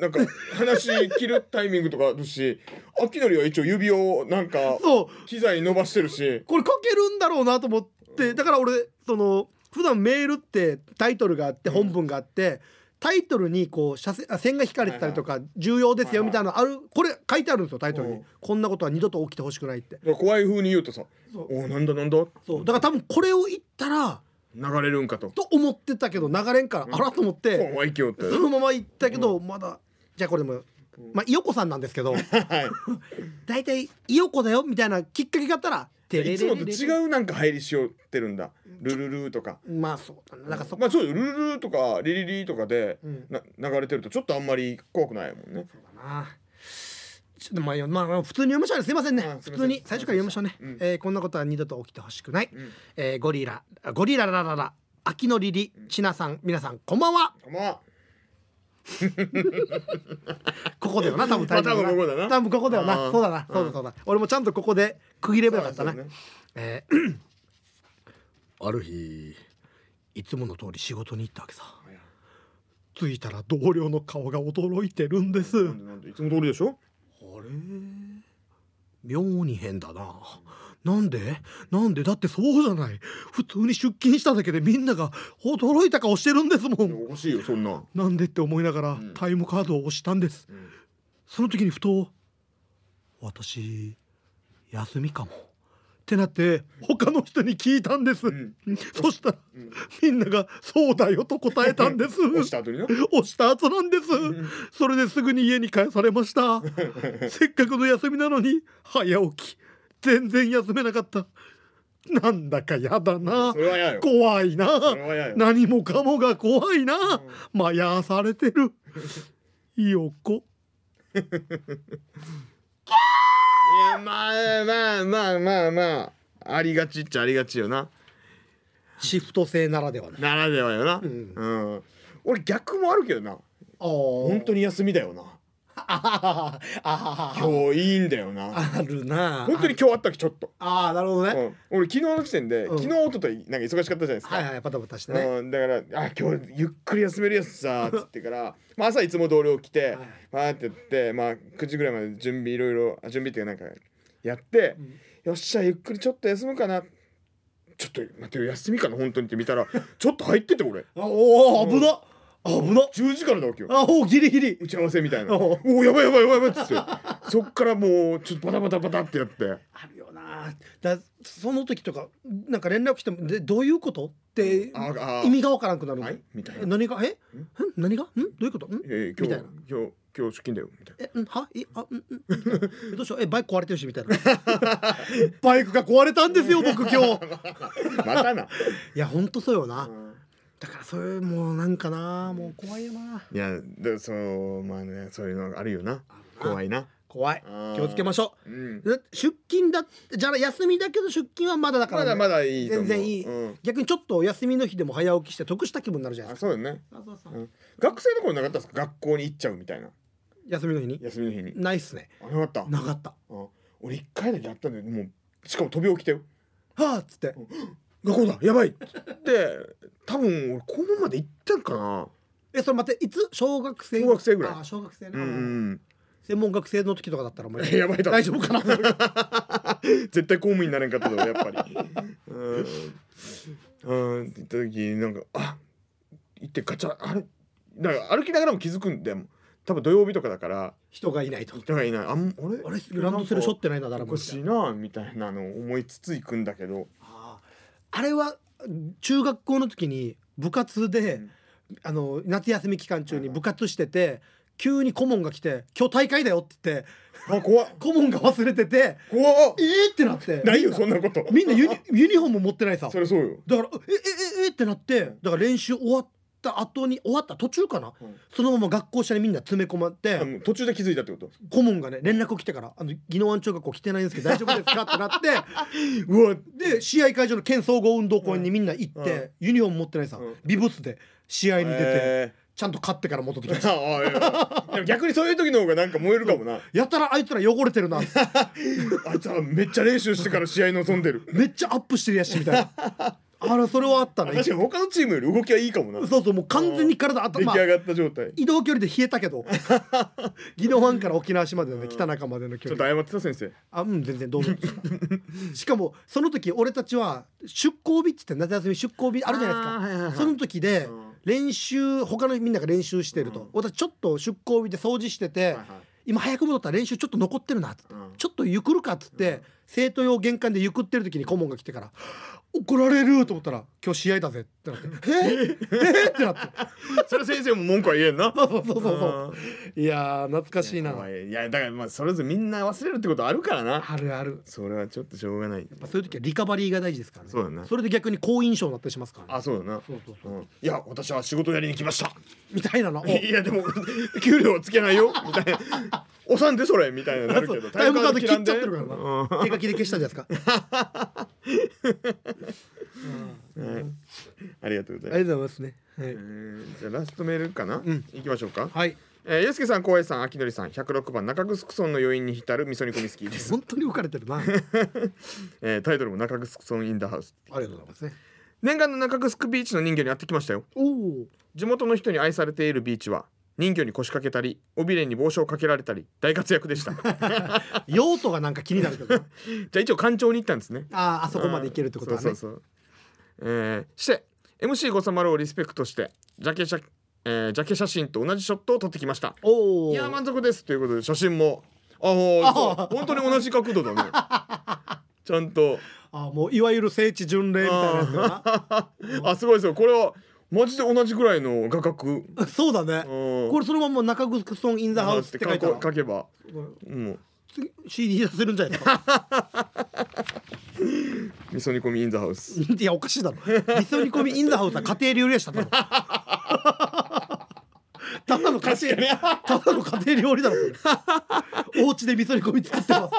S2: なんか話切るタイミングとかあるしあきのりは一応指をなんか
S1: そう
S2: 機材に伸ばしてるし
S1: これ書けるんだろうなと思ってだから俺その普段メールってタイトルがあって本文があって、タイトルにこう斜線あ線が引かれてたりとか重要ですよみたいなのあるこれ書いてあるんですよタイトル
S2: う
S1: に
S2: ん
S1: こんなことは二度と起きてほしくないって
S2: 怖い風に言うとさ「
S1: そう
S2: おおなんだなんだ?」
S1: そうだから多分これを言ったら
S2: 流れるんかと「
S1: と思ってたけど流れんからあらと思っ
S2: そう
S1: て
S2: おいきよ」って。
S1: そのまま言ったけどまだじゃあこれでもまあいよこさんなんですけど
S2: はい
S1: 大体いよこだよみたいなきっかけがあったらテ
S2: いつもと違うなんか入りしよってるんだ「ルルル」とか。
S1: まあそうだななんかそ
S2: まあそうよルルルとかリリリとかで、
S1: うん
S2: な流れてるとちょっとあんまり怖くないもんね。
S1: そうだな。ちょっとまあよ、まあまあ、普通に読みましょうね。すいませんね
S2: あ。すい
S1: 普
S2: ませ
S1: 通
S2: ん
S1: に最初から読みましょうね。
S2: うん
S1: えーこんなことは二度と起きてほしくない。
S2: うん
S1: えーゴリラ、あゴリラララララ、秋のリリ、ちなさん、皆さん、こんばんは。
S2: まあ
S1: ここだよな、多分
S2: [laughs] まあ
S1: タイトルが
S2: 多分ここだな
S1: 多分ここだよ
S2: あー
S1: な。そうだな。そうだそうだ。俺もちゃんとここで区切ればよかったな。
S2: そうね
S1: えーある日、いつもの通り仕事に行ったわけさ。着いたら同僚の顔が驚いてるんです。
S2: なんでなんでいつも通りでしょ
S1: あれ妙に変だな。なんでなんでだってそうじゃない。普通に出勤しただけでみんなが驚いた顔してるんですもん。
S2: おかしいよそんな、
S1: なんでって思いながら
S2: ん
S1: タイムカードを押したんです。その時にふと、私、休みかも。ってなって他の人に聞いたんです。
S2: ん
S1: そしたら、みんなが「そうだよ」と答えたんです。
S2: 押した後にな
S1: 押した後なんですそれですぐに家に帰されましたせっかくの休みなのに早起き全然休めなかったなんだかやだな
S2: それは嫌よ
S1: 怖いな
S2: れは嫌よ
S1: 何もかもが怖いなまやされてる横
S2: いやまあまあまあまあまあありがちっちゃありがちよな
S1: シフト制ならではね
S2: ならではよなうんん、俺逆もあるけどな
S1: あー
S2: 本当に休みだよな
S1: あーあー
S2: 今日いいんだよな
S1: あるな
S2: 本当に今日あったっけちょっと、
S1: ああなるほど
S2: う
S1: ね
S2: ん、俺昨日の時点で、
S1: うん
S2: 昨日おとといなんか忙しかったじゃないですか、
S1: はいはいパタパタしてね
S2: うん、だから「あ今日ゆっくり休めるやつ
S1: [laughs]
S2: さ」っつってから、まあ、朝いつも同僚来てわ、ーってやって、まあ、9時ぐらいまで準備いろいろあ準備っていうかなんかやって、よっしゃゆっくりちょっと休むかなちょっと待ってよ休みかな本当にって見たら [laughs] ちょっと入ってて俺
S1: あおお危な危な
S2: 10時からだわけよ
S1: あおおギリギリ
S2: 打ち合わせみたいな「
S1: お
S2: おおやばいやばいやばいやばい」っつってそっからもうちょっとバタバタバタってやって。
S1: あるよなだその時とかなんか連絡してもでどういうことって
S2: ああ
S1: 意味がわからなくなるもん
S2: はいみたいな
S1: 何がえん何がんどういうことん
S2: 「えー、
S1: みた
S2: 今
S1: い
S2: 日
S1: な
S2: 今日今日出勤だよ」みたいな。
S1: えんはえあうんうんみたいなえどうしようえバイク壊れてるしみた
S2: [laughs]
S1: いなバイクが壊れたんですよ僕今日
S2: ま
S1: [laughs]
S2: たな。
S1: いやほんとそうよなだからそれもうなんかなもう怖いよない
S2: やでそうまあねそういうのがあるよな怖いな
S1: 怖い気をつけましょ
S2: う
S1: うんだって出勤だってじゃあ休みだけど出勤はまだだから
S2: ま
S1: ね、
S2: だまだいいと思
S1: 全
S2: う
S1: 然いい、
S2: うん、
S1: 逆にちょっと休みの日でも早起きして得した気分になるじゃない
S2: あ
S1: です
S2: そうだね、
S1: かそうそうそう
S2: うん、学生の頃なかったですか学校に行っちゃうみたいな
S1: 休みの日に
S2: 休みの日に
S1: ないっすね
S2: あなかった
S1: なかった
S2: うん、俺一回だけあったんだよもうしかも飛び起きてよ
S1: はあっつって
S2: 学校だや [laughs] ばいって多分俺校門まで行ったんかな
S1: えそれ待っていつ小学生
S2: 小学生ぐらい
S1: あ小学生
S2: う
S1: な、
S2: ん、 [laughs]
S1: 専門学生の時とかだったらも
S2: う、
S1: うん
S2: やばいだろ
S1: 大丈夫
S2: [laughs]
S1: かな
S2: 絶対公務員になれんかっただろやっぱ [laughs] りうんうんって言った時になんかあ行ってガチャあれだから歩きながらも気づくんだよ多分土曜日とかだから
S1: 人がいないと
S2: 人がいないあん
S1: あ
S2: あれ
S1: れランドセル背負ってないな
S2: な
S1: 誰
S2: んか
S1: も
S2: お
S1: み
S2: か
S1: た
S2: し
S1: い
S2: い
S1: な
S2: なみたいなのを思いつつ行くんだけど
S1: あーあれは中学校の時に部活で、
S2: ん
S1: あの夏休み期間中に部活してて急に顧問が来て「今日大会だよ」って言って
S2: あ怖っ
S1: 顧問が忘れてて
S2: 怖っ
S1: 「えー!」ってなって
S2: ないよそんなこと
S1: みんなユニユニフォーム持ってないさ
S2: それそうよ
S1: だからえええええってなってだから練習終わっった後に終わった途中かな、
S2: うん
S1: そのまま学校車にみんな詰め込まって、
S2: あもう途中で気づいたってこと
S1: 顧問がね連絡来てから「あの宜野湾中学校来てないんですけ
S2: [laughs]
S1: ど大丈夫ですか?」ってなってうわで試合会場の県総合運動公園にみんな行って、
S2: うん
S1: ユニフォーム持ってないさ、
S2: うん
S1: ビブスで試合に出て、
S2: へ
S1: ちゃんと勝ってから戻ってき
S2: ー
S1: た。
S2: ああいやでも逆にそういう時の方がなんか燃えるかもな
S1: やたらあいつら汚れてるな
S2: あいつはめっちゃ練習してから試合臨んでる
S1: めっちゃアップしてるやしみたいなあらそれはあったね
S2: [laughs] 確かに他のチームより動きはいいかもな
S1: そうそうもう完全に体
S2: 出来
S1: 頭
S2: 上がった状態
S1: 移動距離で冷えたけど宜野湾から沖縄市までのね北中までの距
S2: ちょっ
S1: 離
S2: と謝ってた先生
S1: あうん全然どうぞしかもその時俺たちは出校日って言って夏休み出校日あるじゃないですか
S2: いです
S1: その時で
S2: うん
S1: 練習他のみんなが練習してると、
S2: うん
S1: 私ちょっと出校日で掃除してて、
S2: はいはい
S1: 今早く戻ったら練習ちょっと残ってるなっつって、
S2: うん
S1: ちょっとゆくるかっつって、生徒用玄関でゆくってる時に顧問が来てから「怒られる!」と思ったら「今日試合だぜ」って
S2: [laughs]
S1: なって「えっえっ?」ってなって
S2: それ先生も文句は言えん
S1: [laughs]
S2: な
S1: そうそうそうそう
S2: うん
S1: いやー懐かしいな
S2: や怖いいやだからまあそれぞれみんな忘れるってことあるからな
S1: あるある
S2: それはちょっとしょうがない
S1: やっぱそういう時はリカバリーが大事ですからね
S2: そうだな
S1: れで逆に好印象になったりしますから、ね、
S2: あそうだな
S1: そうそうそう
S2: うんいや私は仕事やりに来ました
S1: みたいなのお
S2: いやでも給料はつけないよみたいなおさんでそれみたいななるけ
S1: そ
S2: ど
S1: うタイムカード切っちゃ
S2: ん
S1: っ
S2: で
S1: てるから
S2: うん
S1: な手書きで消したんじゃないですか、
S2: [laughs]
S1: うん
S2: はいありがとうござい
S1: ありがとう
S2: ます
S1: ございますねはい
S2: え、ーじゃあラストメールかな
S1: うん
S2: 行きましょうか
S1: はい、
S2: えーゆうすけさんこうえいさんあきのりさん106番中城村の余韻に浸る味噌煮込み好きです
S1: [laughs] 本当に浮かれてる
S2: [laughs]
S1: なありが
S2: えータイトルも中城村インダハウス
S1: とうございますね
S2: 念願の中城ビーチの人魚にやってきましたよ
S1: おお
S2: 地元の人に愛されているビーチは人魚に腰掛けたり尾びれに帽子をかけられたり大活躍
S1: [laughs]
S2: でしたじゃ
S1: 用途がなんか気になる
S2: [laughs]
S1: けどな
S2: あ一応干潮に行ったんですね
S1: あーあそこまでいけるってことはね
S2: うんそうそうそう、えーして MC530 をリスペクトしてジャケ写,、えージャケ写真と同じショットを撮ってきました
S1: おお
S2: いや満足ですということで写真もああ本当に同じ角度だねちゃんと
S1: あもういわゆる聖地巡礼みたいなやつだな
S2: あすごいですよこれはマジで同じぐらいの画角
S1: そうだね
S2: うん
S1: これそのまま中城村インザハウスって書いた
S2: 書こ書
S1: ら
S2: けば
S1: こ
S2: もう
S1: れ次 CD 出せるんじゃないですか
S2: 味噌煮込みインザハウ
S1: [laughs]
S2: ス
S1: いやおかしいだろ味噌煮込みインザハウスは家庭料理屋しただ
S2: [laughs]
S1: ろただの家庭ただの家庭料理だろそれお家で味噌煮込み作ってます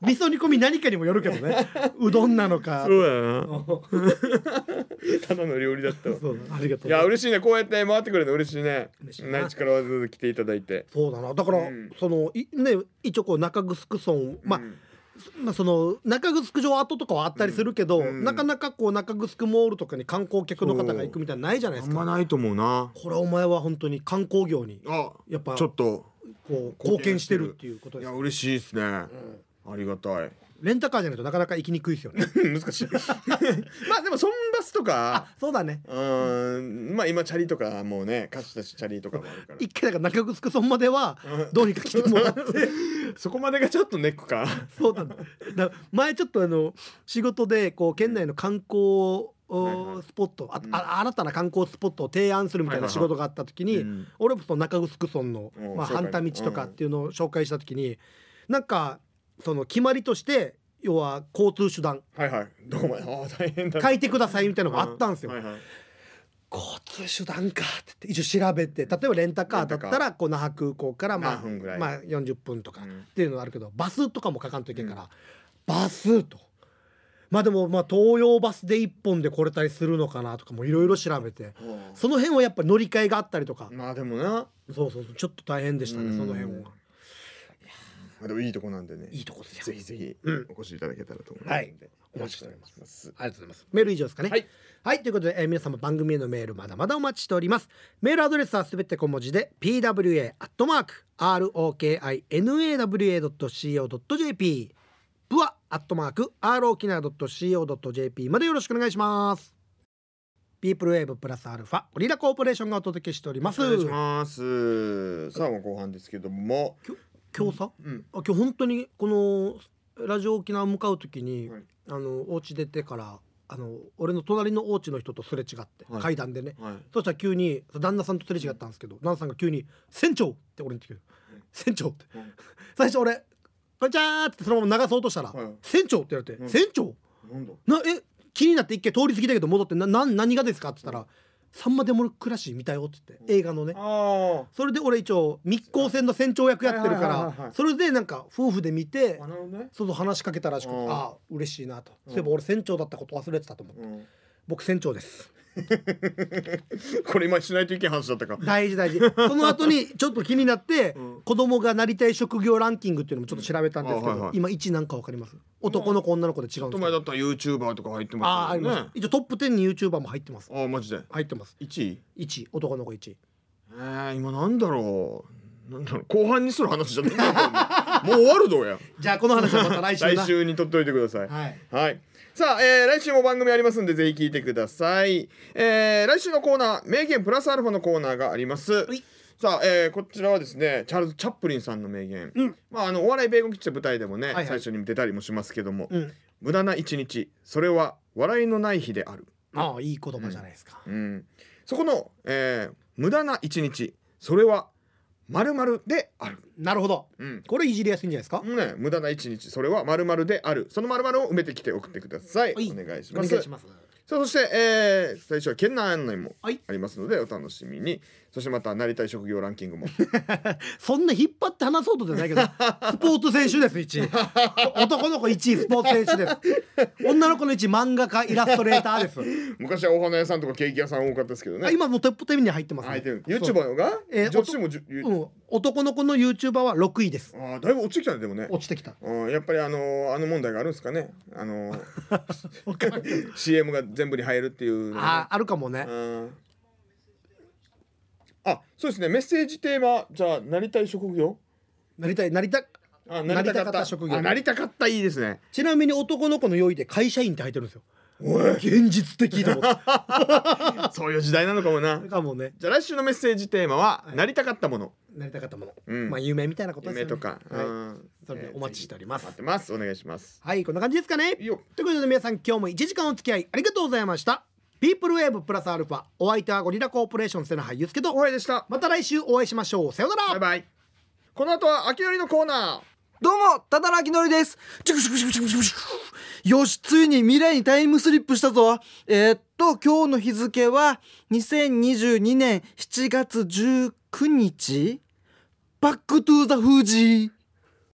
S1: 味噌煮込み何かにもよるけどねうどんなのか
S2: そうやな
S1: そう
S2: ただの料理だったわ
S1: だありがとう
S2: いや嬉しいねこうやって回ってくれるの嬉しいね
S1: 嬉しいな
S2: 内地からわざわざ来ていただいて
S1: そうだなだから、
S2: うん
S1: そのいね一応こう中城村、まあ
S2: うん
S1: そまあその中城城跡とかはあったりするけど、
S2: うんうん
S1: なかなかこう中城モールとかに観光客の方が行くみたいなのないじゃない
S2: あ
S1: で
S2: ん
S1: すか、
S2: まないと思うな
S1: これはお前は本当に観光業に
S2: あ
S1: やっぱ
S2: ちょっと
S1: こう
S2: 貢
S1: 貢
S2: 献
S1: 献
S2: し
S1: してて
S2: る
S1: るっていうこと
S2: い
S1: で
S2: や
S1: す
S2: 嬉しいですねありが
S1: [laughs]
S2: たい
S1: レンタカーじゃないとなかなか行きにくいですよね
S2: 難
S1: [laughs]
S2: しいまあでもソンバスとか
S1: そうだね
S2: うーんまあ今チャリとかもうね貸し出しチャリとかもあるから
S1: 一回だから中城村まで
S2: [laughs]
S1: はどうにか来てもらって
S2: そこまでがちょっとネックか
S1: そうなんだだから前ちょっとあの仕事でこう県内の観光
S2: はいはい
S1: おスポット、あ
S2: うん
S1: あ新たな観光スポットを提案するみたいな仕事があった時に、
S2: うん
S1: 俺もその中城村の
S2: うん、
S1: まあ、
S2: 紹介
S1: 反対道とかっていうのを紹介した時になんかその決まりとして要は交通手段
S2: はいはいどこまでああ大変だ
S1: 書いてくださいみたいなのがあったんですよ。
S2: はいはい
S1: 交通手段かって言って一応調べて例えばレンタカーだったらこう那覇空港からまあ
S2: 何分ぐらい
S1: まあ40分とか
S2: う
S1: っ
S2: ん
S1: ていうのがあるけどバスとかも書かんといけんから、バスとまあでもまあ東洋バスで1本で来れたりするのかなとかもいろいろ調べて
S2: は
S1: その辺はやっぱ乗り換えがあったりとか
S2: あ、まあでもな
S1: そうそうそうちょっと大変でした
S2: うん
S1: ねその辺は。
S2: まあでもいいとこなんでね
S1: いいとこですよ
S2: ぜひぜひ
S1: うん
S2: お越しいただけたらと思います、
S1: はい
S2: よ
S1: お
S2: ろ
S1: 待
S2: し
S1: ちしてお
S2: くお
S1: り
S2: 願い
S1: ます
S2: します
S1: ありがとうございます。メール以上ですかね。
S2: はい。
S1: はい、ということで、えー皆様番組へのメールまだまだお待ちしております。メールアドレスはすべて小文字で pwa.rokinawa.co.jp プワ .rokina.co.jp までよろしくお願いします。ピープルウェーブプラスアルファオリラコーポレーションがお届けしております。
S2: お願いしますさあもう後半ですけども
S1: 今日さ、
S2: うん
S1: あ今日本当にこのラジオ沖縄向かうときに、
S2: はい
S1: あのお家出てからあの俺の隣のお家の人とすれ違って、
S2: はい
S1: 階段でね
S2: はい
S1: そしたら急に旦那さんとすれ違ったんですけど、旦那さんが急に「船長!」って俺に言ってくる
S2: うん
S1: 「船長!」って
S2: うん
S1: 最初俺「こんにちは!」ってそのまま流そうとしたら
S2: はい
S1: 「船長!」って言われ
S2: うん
S1: て「船長
S2: なんだ
S1: なえ気になって一回通り過ぎたけど戻ってなな何がですか?」って言ったら「さんまデモクラシー見たよ」って言って映画のね
S2: あ
S1: それで俺一応密航船の船長役やってるか
S2: はいはいはいは
S1: ら
S2: い
S1: それでなんか夫婦で見て
S2: あなるほどね
S1: そうそう話しかけたらしくて
S2: うん
S1: ああ嬉しいなと
S2: うん
S1: そういえば俺船長だったこと忘れてたと思って
S2: うん
S1: 僕船長です
S2: これ今しないといけん話だったか
S1: 大事大事その後にちょっと気にな [laughs] って
S2: うん
S1: 子供がなりたい職業ランキングっていうのもちょっと調べたんですけ
S2: うんあはいは
S1: ど
S2: い
S1: 今1なんかわかります男の子女の子で違
S2: ち
S1: う
S2: ょ
S1: ん
S2: っ
S1: で
S2: と
S1: すけ
S2: 前
S1: ど
S2: だったら YouTuber とか入って
S1: あああ
S2: まし
S1: り
S2: た
S1: ま
S2: よ
S1: す
S2: ね
S1: 一応トップ10に YouTuber も入ってます
S2: ああマジで
S1: 入ってます
S2: 1位
S1: 1位男の子1位
S2: えー、今なんだろうなんだろう後半にする話じゃねえなと思うもう終わるどう
S1: [laughs]
S2: や
S1: じゃあこの話はまた来週
S2: 来
S1: な
S2: 週に取っといてください
S1: はい
S2: はい。さあ、えー来週も番組ありますんで、ぜひ聞いてください。えー来週のコーナー、名言プラスアルファのコーナーがあります
S1: はい。
S2: さあ、えーこちらはですね、チャールズ・チャップリンさんの名言。まあ、あの、お笑い米軍基地の舞台でもね、
S1: いはい
S2: 最初に出たりもしますけども、
S1: うん
S2: 無駄な一日、それは笑いのない日である。
S1: ああいい言葉じゃないですか
S2: うん。そこの、えー無駄な一日、それは〇〇である。
S1: なるほど
S2: うん。
S1: これいじりやすいんじゃないですか
S2: ね、無駄な一日、それは〇〇である。その〇〇を埋めてきて送ってください。
S1: はい
S2: お願いし
S1: お
S2: ま
S1: 願い
S2: す。
S1: します
S2: さあそして、えー、最初は県内案内もあ
S1: はい
S2: りますのでお楽しみに、そしてまたなりたい職業ランキングも [laughs]
S1: そんな引っ張って話そうとじゃないけどスポーツ選手です1位
S2: [laughs]
S1: 男の子1位スポーツ選手です女の子の1位漫画家イラストレーターです、
S2: 昔はお花屋さんとかケーキ屋さん多かったですけど
S1: あ
S2: ね
S1: 今もうトップ10に入ってます、
S2: 相手の
S1: そう
S2: YouTuber が、
S1: えー
S2: 女子もじゅ、ゆ
S1: うん、男の子の YouTuber は6位です
S2: あーだいぶ落ちてきたねでもね、
S1: 落ちてきた
S2: うん、やっぱりあのーあの問題があるんですかねあの
S1: [laughs]
S2: ー [laughs] CM が全部に入るっていうのが
S1: ああるかもね
S2: うんあそうですねメッセージテーマじゃあなりたい職業
S1: なりたいなりたい
S2: あ
S1: なりたかった職業
S2: あなりたかったいいですね
S1: ちなみに男の子の4位で会社員って入ってるんですよ現実的と思って
S2: そういう時代なのかもな
S1: それかもね
S2: じゃあ来週のメッセージテーマは、なりたかったもの
S1: なりたかったもの、
S2: うん
S1: まあ夢みたいなことですよ
S2: 夢
S1: ね
S2: とか、
S1: はい
S2: うん
S1: それでお待ちしております
S2: 待ってますお願いします
S1: はいこんな感じですかね
S2: いいよ
S1: ということで皆さん今日も1時間お付き合いありがとうございましたピープルウェーブプラスアルファお相手はゴリラコーポレーション瀬名俳優介
S2: お
S1: と
S2: はようでした
S1: また来週お会いしましょうさようなら
S2: バイバイこの後は秋のりのコーナ
S3: どうも、ただらきのりです。チュクチュクチュクチュクチュクチュクよし、ついに未来にタイムスリップしたぞ。えーっと、今日の日付は、2022年7月19日、バックトゥーザフージー。